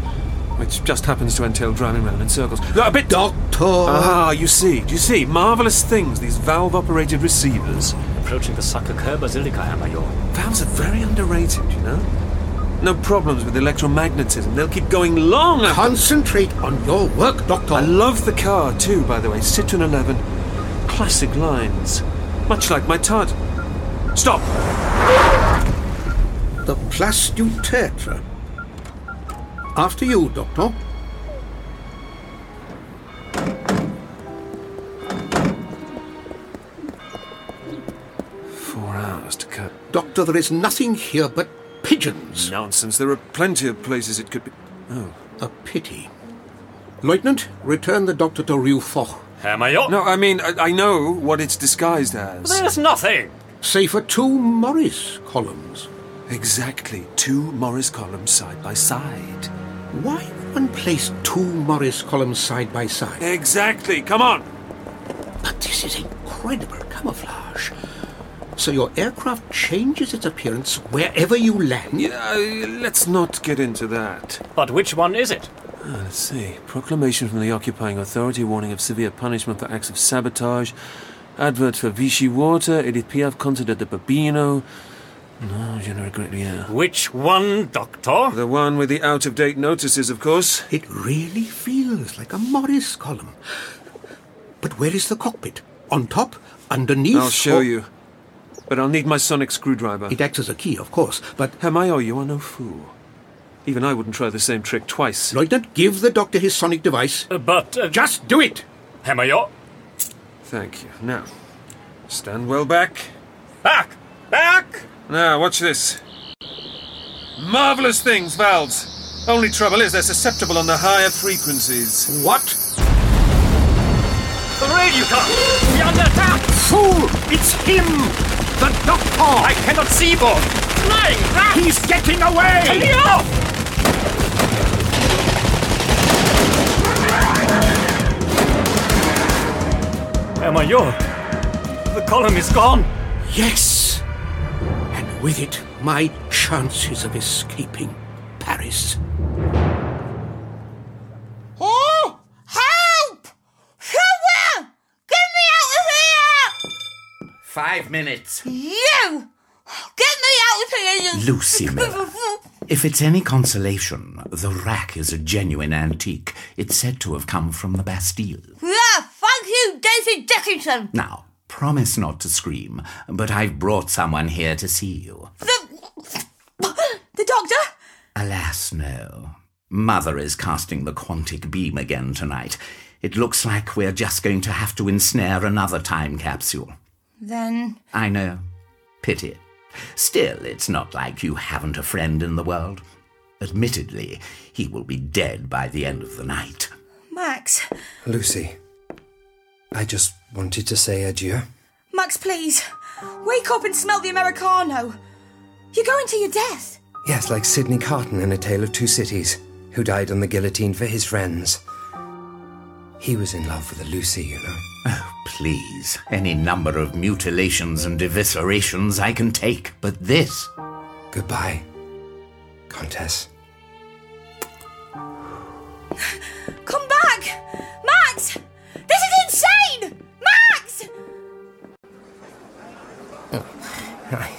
[SPEAKER 1] which just happens to entail driving round in circles. No, a bit. Doctor! Ah, you see, do you see? Marvellous things, these valve operated receivers.
[SPEAKER 3] Approaching the sucker curb basilica, Hamayor.
[SPEAKER 1] Valves are very underrated, you know? No problems with electromagnetism. They'll keep going long after.
[SPEAKER 4] Concentrate on your work, Doctor.
[SPEAKER 1] I love the car, too, by the way. Citroen 11. Classic lines. Much like my Tart. Stop!
[SPEAKER 4] The Place du Tertre. After you, Doctor.
[SPEAKER 1] Four hours to cut.
[SPEAKER 4] Doctor, there is nothing here but pigeons.
[SPEAKER 1] Nonsense. There are plenty of places it could be. Oh.
[SPEAKER 4] A pity. Lieutenant, return the doctor to Rue Foch.
[SPEAKER 1] No, I mean, I, I know what it's disguised as.
[SPEAKER 3] There's nothing.
[SPEAKER 4] Save for two Morris columns.
[SPEAKER 1] Exactly. Two Morris columns side by side.
[SPEAKER 4] Why one place two Morris columns side by side?
[SPEAKER 1] Exactly. Come on.
[SPEAKER 4] But this is incredible camouflage. So your aircraft changes its appearance wherever you land.
[SPEAKER 1] Yeah, uh, let's not get into that.
[SPEAKER 3] But which one is it?
[SPEAKER 1] Ah, let's see. Proclamation from the occupying authority warning of severe punishment for acts of sabotage. Advert for Vichy Water. Edith Piaf concert at the Babino. No, je ne regrette rien.
[SPEAKER 3] Which one, Doctor?
[SPEAKER 1] The one with the out of date notices, of course.
[SPEAKER 4] It really feels like a Morris column. But where is the cockpit? On top? Underneath?
[SPEAKER 1] I'll show
[SPEAKER 4] or-
[SPEAKER 1] you. But I'll need my sonic screwdriver.
[SPEAKER 4] It acts as a key, of course, but
[SPEAKER 1] Hamayo, you are no fool. Even I wouldn't try the same trick twice.
[SPEAKER 4] Lieutenant, give the doctor his sonic device.
[SPEAKER 3] But uh,
[SPEAKER 4] Just do it!
[SPEAKER 3] Hamayor,
[SPEAKER 1] Thank you. Now, stand well back.
[SPEAKER 3] back, back!
[SPEAKER 1] Now, watch this. Marvelous things, valves. Only trouble is they're susceptible on the higher frequencies.
[SPEAKER 4] What?
[SPEAKER 3] The radio car! We're under attack!
[SPEAKER 19] Fool! It's him! The
[SPEAKER 3] I
[SPEAKER 19] doctor!
[SPEAKER 3] cannot see, Bob. Flying back!
[SPEAKER 19] He's getting away!
[SPEAKER 3] Hamayor! Herr Major, the column is gone.
[SPEAKER 4] Yes! And with it, my chances of escaping Paris.
[SPEAKER 7] Oh! Help! Someone! Get me out of here!
[SPEAKER 5] Five minutes.
[SPEAKER 7] You! Get me out of here, you...
[SPEAKER 5] Lucy Miller. If it's any consolation, the rack is a genuine antique. It's said to have come from the Bastille.
[SPEAKER 7] Yeah, thank you, David Dickinson.
[SPEAKER 5] Now, promise not to scream, but I've brought someone here to see you.
[SPEAKER 2] The doctor?
[SPEAKER 5] Alas, no. Mother is casting the quantic beam again tonight. It looks like we're just going to have to ensnare another time capsule.
[SPEAKER 2] Then.
[SPEAKER 5] I know. Pity. Still, it's not like you haven't a friend in the world. Admittedly, he will be dead by the end of the night.
[SPEAKER 2] Max.
[SPEAKER 10] Lucy, I just wanted to say adieu.
[SPEAKER 2] Max, please. Wake up and smell the Americano. You're going to your death.
[SPEAKER 10] Yes, like Sidney Carton in A Tale of Two Cities, who died on the guillotine for his friends. He was in love with a Lucy, you know.
[SPEAKER 5] Please, any number of mutilations and eviscerations I can take, but this.
[SPEAKER 10] Goodbye, Countess.
[SPEAKER 7] Come back! Max! This is insane! Max!
[SPEAKER 10] Oh, I,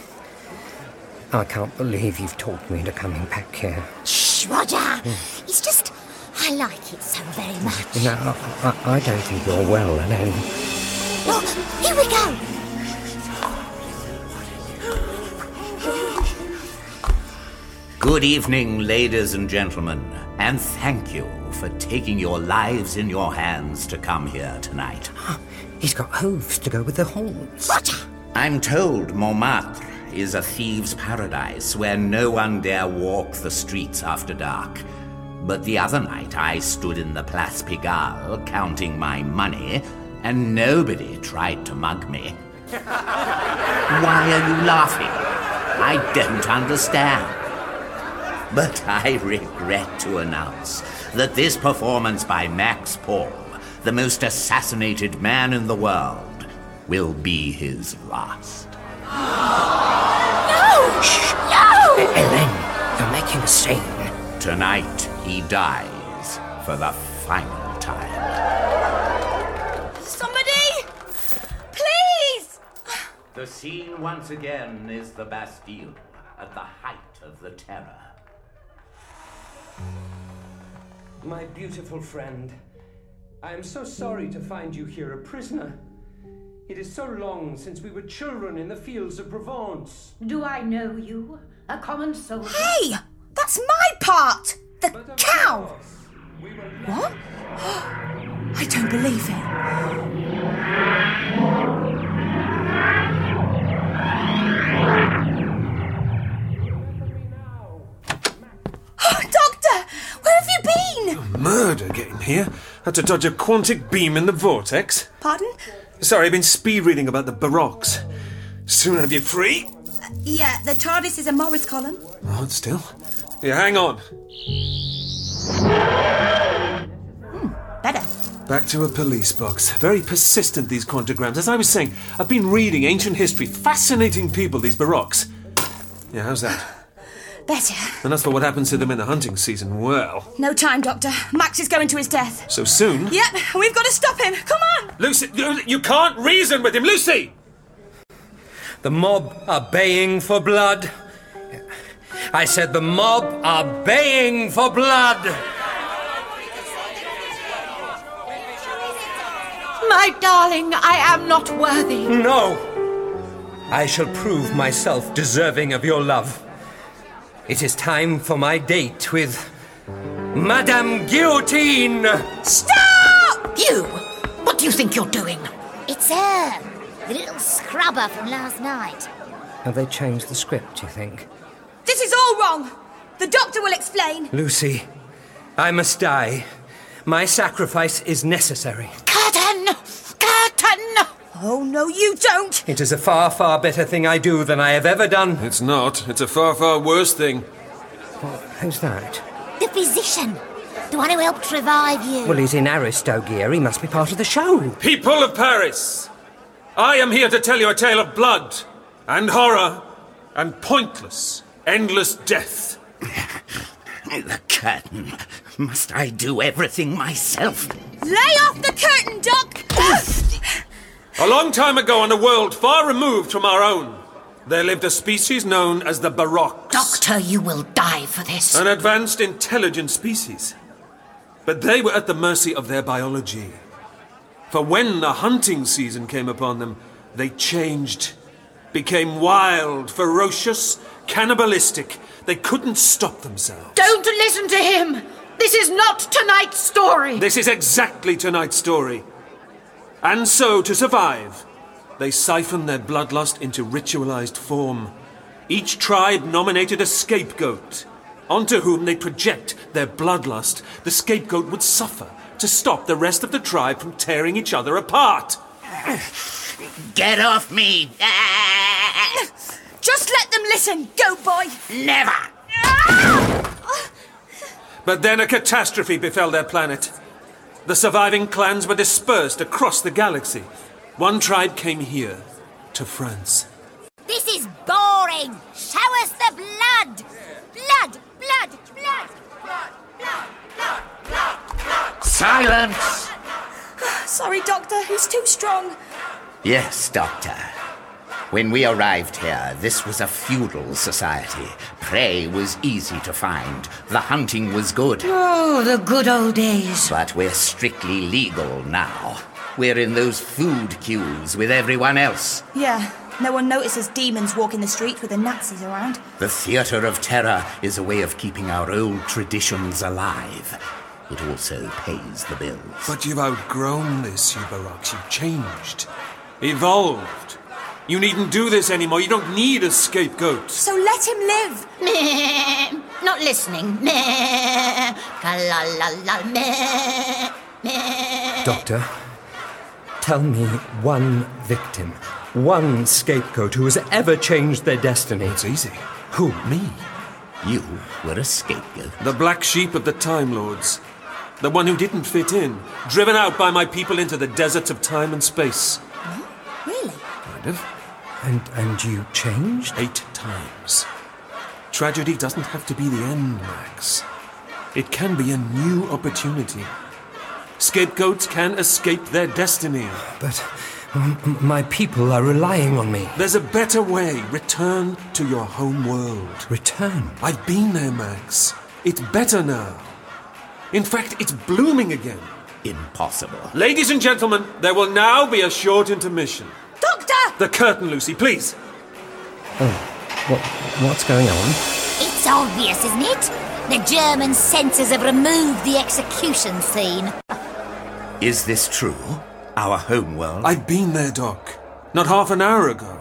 [SPEAKER 10] I can't believe you've talked me into coming back here.
[SPEAKER 11] Shh, Roger. It's just, I like it so very much.
[SPEAKER 10] No, I, I- I don't think you're well, Elaine.
[SPEAKER 11] Well, here we go.
[SPEAKER 5] Good evening, ladies and gentlemen, and thank you for taking your lives in your hands to come here tonight.
[SPEAKER 10] He's got hooves to go with the horns.
[SPEAKER 5] I'm told Montmartre is a thieves' paradise where no one dare walk the streets after dark. But the other night I stood in the Place Pigalle counting my money, and nobody tried to mug me. Why are you laughing? I don't understand. But I regret to announce that this performance by Max Paul, the most assassinated man in the world, will be his last.
[SPEAKER 7] Uh,
[SPEAKER 18] No! No!
[SPEAKER 5] Ellen, you're making a scene. Tonight he dies for the final time.
[SPEAKER 7] Somebody! Please!
[SPEAKER 5] The scene once again is the Bastille at the height of the terror.
[SPEAKER 20] My beautiful friend, I am so sorry to find you here a prisoner. It is so long since we were children in the fields of Provence.
[SPEAKER 8] Do I know you? A common soldier?
[SPEAKER 2] Hey! That's my part! The cow! What? I don't believe it.
[SPEAKER 7] Doctor! Where have you been?
[SPEAKER 1] Murder getting here? Had to dodge a quantic beam in the vortex?
[SPEAKER 2] Pardon?
[SPEAKER 1] Sorry, I've been speed reading about the Baroques. Soon have you free?
[SPEAKER 2] Yeah, the TARDIS is a Morris column.
[SPEAKER 1] Hold Oh, still. Yeah, hang on.
[SPEAKER 2] Better.
[SPEAKER 1] Back to a police box. Very persistent, these quantigrams. As I was saying, I've been reading ancient history. Fascinating people, these Baroques. Yeah, how's that?
[SPEAKER 2] Better.
[SPEAKER 1] And as for what happens to them in the hunting season, well,
[SPEAKER 2] No time, Doctor. Max is going to his death.
[SPEAKER 1] so soon.
[SPEAKER 2] Yep, we've got to stop him. Come on!
[SPEAKER 1] Lucy, you, you can't reason with him, Lucy!
[SPEAKER 9] The mob are baying for blood. I said the mob are baying for blood.
[SPEAKER 8] My darling, I am not worthy.
[SPEAKER 9] No! I shall prove myself deserving of your love. It is time for my date with Madame Guillotine!
[SPEAKER 11] Stop! You! What do you think you're doing? It's her, Um, the little scrubber from last night.
[SPEAKER 10] Have they changed the script, you think?
[SPEAKER 2] This is all wrong! The doctor will explain.
[SPEAKER 9] Lucy, I must die. My sacrifice is necessary.
[SPEAKER 2] Curtain! Curtain! Oh, no, you don't!
[SPEAKER 9] It is a far, far better thing I do than I have ever done.
[SPEAKER 1] It's not. It's a far, far worse thing.
[SPEAKER 10] Who's that?
[SPEAKER 11] The physician. The one who helped revive you.
[SPEAKER 21] Well, he's in Aristotle gear. He must be part of the show.
[SPEAKER 1] People of Paris, I am here to tell you a tale of blood and horror and pointless, endless death.
[SPEAKER 5] The curtain. Must I do everything myself?
[SPEAKER 18] Lay off the curtain, Doc!
[SPEAKER 1] A long time ago, on a world far removed from our own, there lived a species known as the Baroque,
[SPEAKER 6] Doctor, you will die for this.
[SPEAKER 1] an advanced, intelligent species. But they were at the mercy of their biology. For when the hunting season came upon them, they changed, became wild, ferocious, cannibalistic. They couldn't stop themselves.
[SPEAKER 8] Don't listen to him! This is not tonight's story!
[SPEAKER 1] This is exactly tonight's story. And so, to survive, they siphon their bloodlust into ritualized form. Each tribe nominated a scapegoat, onto whom they project their bloodlust. The scapegoat would suffer to stop the rest of the tribe from tearing each other apart.
[SPEAKER 5] Get off me!
[SPEAKER 18] Just let them listen, go boy!
[SPEAKER 5] Never!
[SPEAKER 1] But then a catastrophe befell their planet. The surviving clans were dispersed across the galaxy. One tribe came here, to France.
[SPEAKER 11] This is boring. Show us the blood. Blood, blood, blood.
[SPEAKER 5] Silence!
[SPEAKER 2] Sorry, Doctor, he's too strong.
[SPEAKER 5] Yes, Doctor. When we arrived here, this was a feudal society. Prey was easy to find, the hunting was good.
[SPEAKER 6] Oh, the good old days.
[SPEAKER 5] But we're strictly legal now. We're in those food queues with everyone else.
[SPEAKER 2] Yeah, no one notices demons walking the streets with the Nazis around.
[SPEAKER 5] The Theatre of Terror is a way of keeping our old traditions alive. It also pays the bill.
[SPEAKER 1] But you've outgrown this, you Barox. You've changed, evolved. You needn't do this anymore. You don't need a scapegoat.
[SPEAKER 6] So let him live. Meh. Not listening. Meh. Ka-la-la-la. Meh. Meh.
[SPEAKER 10] Doctor, tell me one victim, one scapegoat who has ever changed their destiny. It's
[SPEAKER 1] easy.
[SPEAKER 10] Who?
[SPEAKER 1] Me?
[SPEAKER 5] You were a scapegoat.
[SPEAKER 1] The black sheep of the Time Lords. The one who didn't fit in, driven out by my people into the deserts of time and space.
[SPEAKER 2] Really?
[SPEAKER 1] Kind of.
[SPEAKER 10] And and you changed?
[SPEAKER 1] Eight times. Tragedy doesn't have to be the end, Max. It can be a new opportunity. Scapegoats can escape their destiny.
[SPEAKER 10] But m- m- my people are relying on me.
[SPEAKER 1] There's a better way. Return to your home world.
[SPEAKER 10] Return?
[SPEAKER 1] I've been there, Max. It's better now. In fact, it's blooming again.
[SPEAKER 5] Impossible.
[SPEAKER 1] Ladies and gentlemen, there will now be a short intermission.
[SPEAKER 18] Doctor!
[SPEAKER 1] The curtain, Lucy, please.
[SPEAKER 10] Oh, what, what's going on?
[SPEAKER 11] It's obvious, isn't it? The German censors have removed the execution scene.
[SPEAKER 5] Is this true? Our homeworld?
[SPEAKER 1] I've been there, Doc. Not half an hour ago.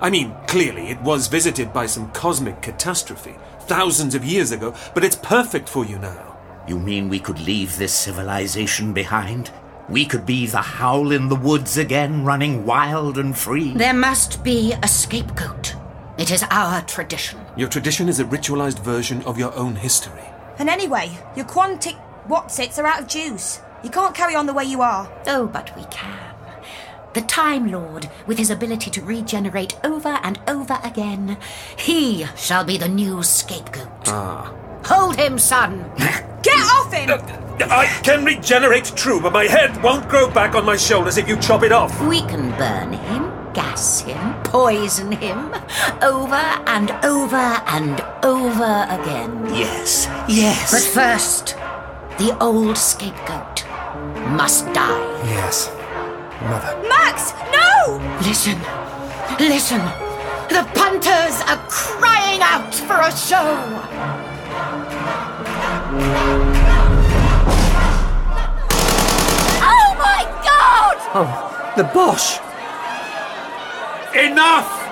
[SPEAKER 1] I mean, clearly it was visited by some cosmic catastrophe thousands of years ago, but it's perfect for you now.
[SPEAKER 5] You mean we could leave this civilization behind? We could be the howl in the woods again, running wild and free?
[SPEAKER 6] There must be a scapegoat. It is our tradition.
[SPEAKER 1] Your tradition is a ritualized version of your own history.
[SPEAKER 2] And anyway, your quantic whatsits are out of juice. You can't carry on the way you are.
[SPEAKER 6] Oh, but we can. The Time Lord, with his ability to regenerate over and over again, he shall be the new scapegoat.
[SPEAKER 1] Ah.
[SPEAKER 6] Hold him, son!
[SPEAKER 18] Get off him!
[SPEAKER 1] I can regenerate, true, but my head won't grow back on my shoulders if you chop it off.
[SPEAKER 6] We can burn him, gas him, poison him, over and over and over again.
[SPEAKER 5] Yes, yes.
[SPEAKER 6] But first, the old scapegoat must die.
[SPEAKER 10] Yes. Mother.
[SPEAKER 8] Max, no!
[SPEAKER 6] Listen, listen.
[SPEAKER 8] The punters are crying out for a show!
[SPEAKER 18] Oh my god!
[SPEAKER 10] Oh, the Bosch!
[SPEAKER 12] Enough!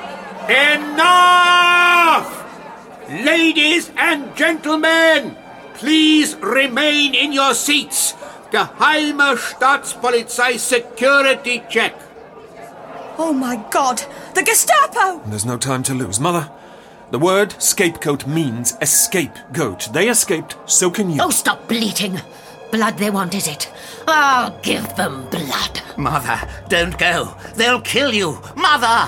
[SPEAKER 12] Enough! Ladies and gentlemen, please remain in your seats. Geheime Staatspolizei security check.
[SPEAKER 2] Oh my god, the Gestapo!
[SPEAKER 1] There's no time to lose. Mother, The word scapegoat means escape goat. They escaped, so can you.
[SPEAKER 6] Oh, stop bleating. Blood they want, is it? Oh, give them blood.
[SPEAKER 5] Mother, don't go. They'll kill you. Mother!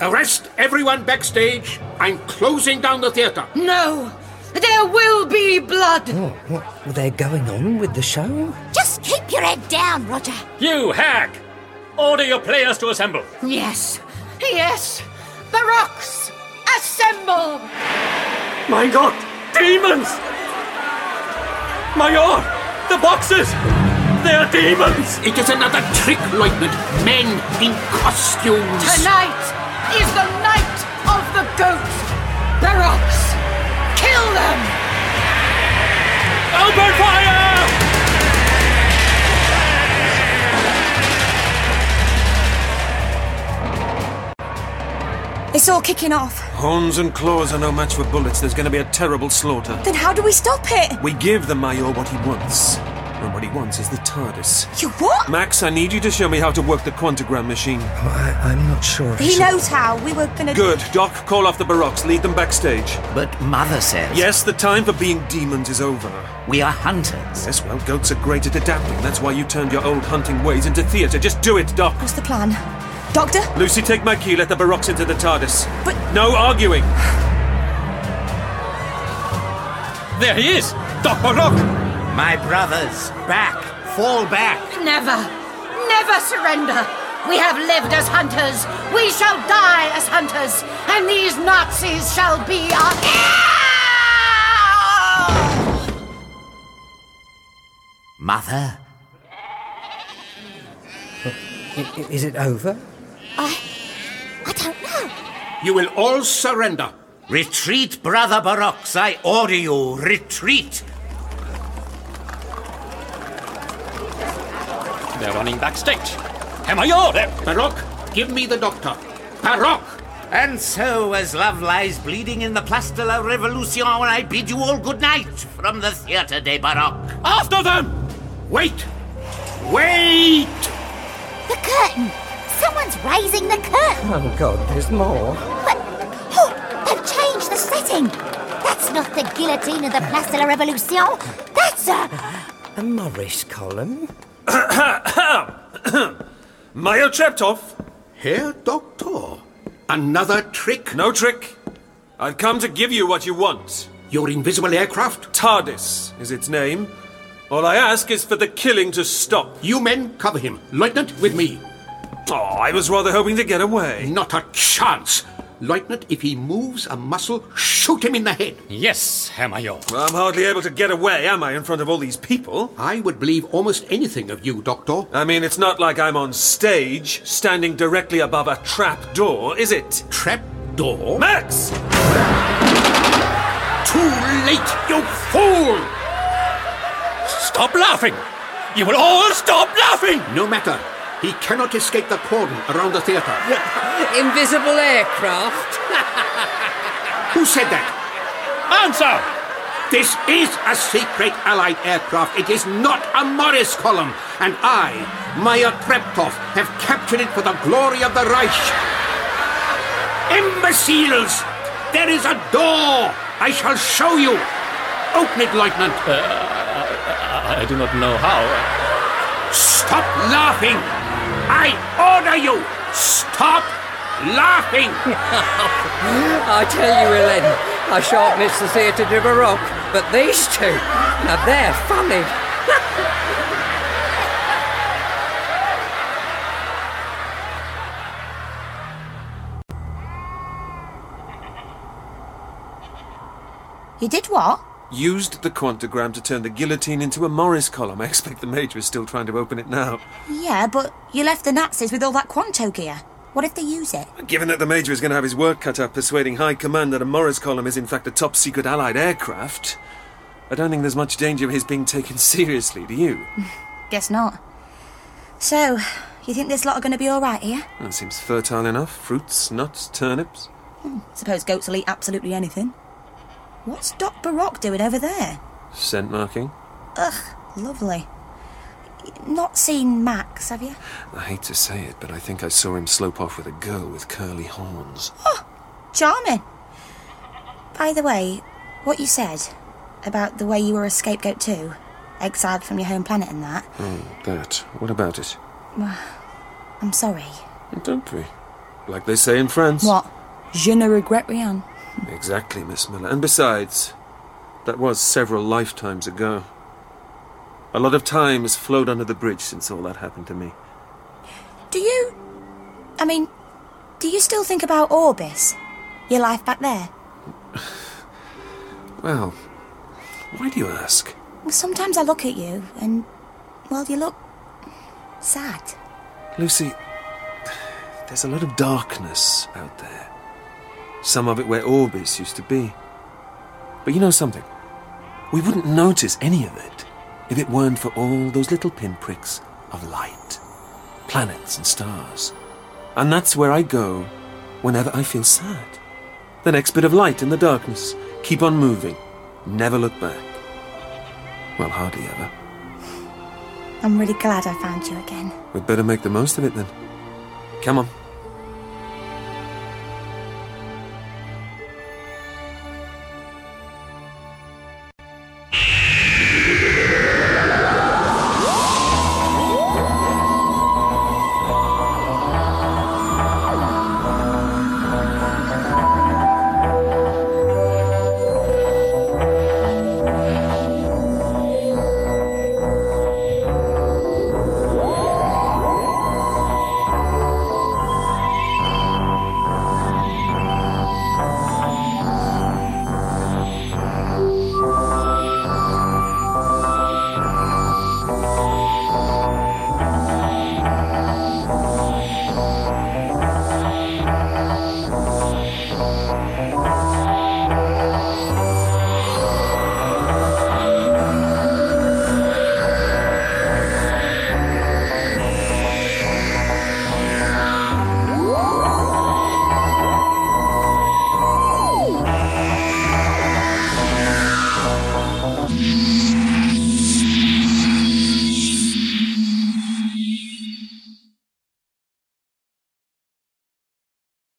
[SPEAKER 17] Arrest everyone backstage. I'm closing down the theater.
[SPEAKER 8] No! There will be blood!
[SPEAKER 21] what were they going on with the show?
[SPEAKER 11] Just keep your head down, Roger.
[SPEAKER 3] You hack! Order your players to assemble.
[SPEAKER 8] Yes. Yes. The rocks. Assemble.
[SPEAKER 20] My god! Demons! Major! The boxes! They are demons!
[SPEAKER 17] It is another trick, Lieutenant. Men in costumes.
[SPEAKER 8] Tonight is the night of the goat. The rocks. Kill them.
[SPEAKER 20] Open fire!
[SPEAKER 2] It's all kicking off.
[SPEAKER 1] Horns and claws are no match for bullets. There's going to be a terrible slaughter.
[SPEAKER 2] Then how do we stop it?
[SPEAKER 1] We give the Mayor what he wants. And what he wants is the TARDIS.
[SPEAKER 2] You what?
[SPEAKER 1] Max, I need you to show me how to work the quantigram machine.
[SPEAKER 10] I, I'm not sure.
[SPEAKER 2] He knows how. We were gonna.
[SPEAKER 1] Good. Doc, call off the Baroques. Lead them backstage.
[SPEAKER 5] But Mother says.
[SPEAKER 1] Yes, the time for being demons is over.
[SPEAKER 5] We are hunters.
[SPEAKER 1] Yes, well, goats are great at adapting. That's why you turned your old hunting ways into theatre. Just do it, Doc.
[SPEAKER 2] What's the plan? Doctor?
[SPEAKER 1] Lucy, take my key. Let the Baroques into the TARDIS.
[SPEAKER 2] But.
[SPEAKER 1] No arguing.
[SPEAKER 3] There he is! Doc
[SPEAKER 17] Oh,
[SPEAKER 3] Baroque!
[SPEAKER 5] My brothers, back! Fall back!
[SPEAKER 8] Never. Never surrender. We have lived as hunters. We shall die as hunters. And these Nazis shall be our.
[SPEAKER 5] Mother?
[SPEAKER 21] I- i- is it over?
[SPEAKER 11] I don't know.
[SPEAKER 17] You will all surrender.
[SPEAKER 5] Retreat, Brother Barox. I order you, retreat!
[SPEAKER 3] They're running backstage. Hemayor! There.
[SPEAKER 17] Baroque, give me the doctor. Baroque!
[SPEAKER 5] And so, as love lies bleeding in the Place de la Revolution, I bid you all good night from the Theatre des Baroques.
[SPEAKER 17] After them! Wait! Wait!
[SPEAKER 11] The curtain. Someone's raising the curtain.
[SPEAKER 21] Oh, God, there's more.
[SPEAKER 11] Oh, they've changed the setting. That's not the guillotine of the Place de la Revolution. That's a.
[SPEAKER 21] A Morris column?
[SPEAKER 1] Mayor Cheptov!
[SPEAKER 17] Herr Doctor, another trick?
[SPEAKER 1] No trick. I've come to give you what you want.
[SPEAKER 17] Your invisible aircraft?
[SPEAKER 1] TARDIS is its name. All I ask is for the killing to stop.
[SPEAKER 17] You men cover him. Lieutenant, with me.
[SPEAKER 1] Oh, I was rather hoping to get away.
[SPEAKER 17] Not a chance. Lieutenant, if he moves a muscle, shoot him in the head.
[SPEAKER 3] Yes, Hemayor.
[SPEAKER 1] Well, I'm hardly able to get away, am I, in front of all these people?
[SPEAKER 17] I would believe almost anything of you, Doctor.
[SPEAKER 1] I mean, it's not like I'm on stage, standing directly above a trap door, is it?
[SPEAKER 17] Trap door?
[SPEAKER 1] Max!
[SPEAKER 17] Too late, you fool!
[SPEAKER 3] Stop laughing! You will all stop laughing!
[SPEAKER 17] No matter. He cannot escape the cordon around the theater.
[SPEAKER 21] Invisible aircraft?
[SPEAKER 17] Who said that?
[SPEAKER 3] Answer!
[SPEAKER 17] This is a secret Allied aircraft. It is not a Morris column. And I, Maya Treptov, have captured it for the glory of the Reich. Imbeciles! There is a door! I shall show you! Open it, Lieutenant!
[SPEAKER 3] Uh, I do not know how.
[SPEAKER 17] Stop laughing! I order you! Stop laughing!
[SPEAKER 21] I tell you, Ellen, I shan't miss the Theatre de Baroque, but these two, now they're funny.
[SPEAKER 2] You did what?
[SPEAKER 1] Used the quantigram to turn the guillotine into a Morris column. I expect the Major is still trying to open it now.
[SPEAKER 2] Yeah, but you left the Nazis with all that Quanto gear. What if they use it?
[SPEAKER 1] Given that the Major is going to have his work cut out persuading High Command that a Morris column is in fact a top secret Allied aircraft, I don't think there's much danger of his being taken seriously, do you?
[SPEAKER 2] Guess not. So, you think this lot are going to be all right here?
[SPEAKER 1] That seems fertile enough. Fruits, nuts, turnips.
[SPEAKER 2] Hmm, Suppose goats will eat absolutely anything. What's Doc Baroque doing over there?
[SPEAKER 1] Scent marking.
[SPEAKER 2] Ugh, lovely. not seen Max, have you?
[SPEAKER 1] I hate to say it, but I think I saw him slope off with a girl with curly horns.
[SPEAKER 2] Charming. By the way, what you said about the way you were a scapegoat too, exiled from your home planet and that,
[SPEAKER 1] Oh, that. What about it?
[SPEAKER 2] well, I'm sorry.
[SPEAKER 1] Don't we? Like they say in France.
[SPEAKER 2] What? Je ne regrette rien.
[SPEAKER 1] Exactly, Miss Miller. And besides, that was several lifetimes ago. A lot of time has flowed under the bridge since all that happened to me.
[SPEAKER 2] Do you. I mean, do you still think about Orbis? Your life back there?
[SPEAKER 1] Well, why do you ask?
[SPEAKER 2] Sometimes I look at you and. Well, you look. sad.
[SPEAKER 1] Lucy, there's a lot of darkness out there. Some of it where Orbis used to be. But you know something? We wouldn't notice any of it if it weren't for all those little pinpricks of light, planets and stars. And that's where I go whenever I feel sad. The next bit of light in the darkness. Keep on moving. Never look back. Well, hardly ever.
[SPEAKER 2] I'm really glad I found you again.
[SPEAKER 1] We'd better make the most of it then. Come on,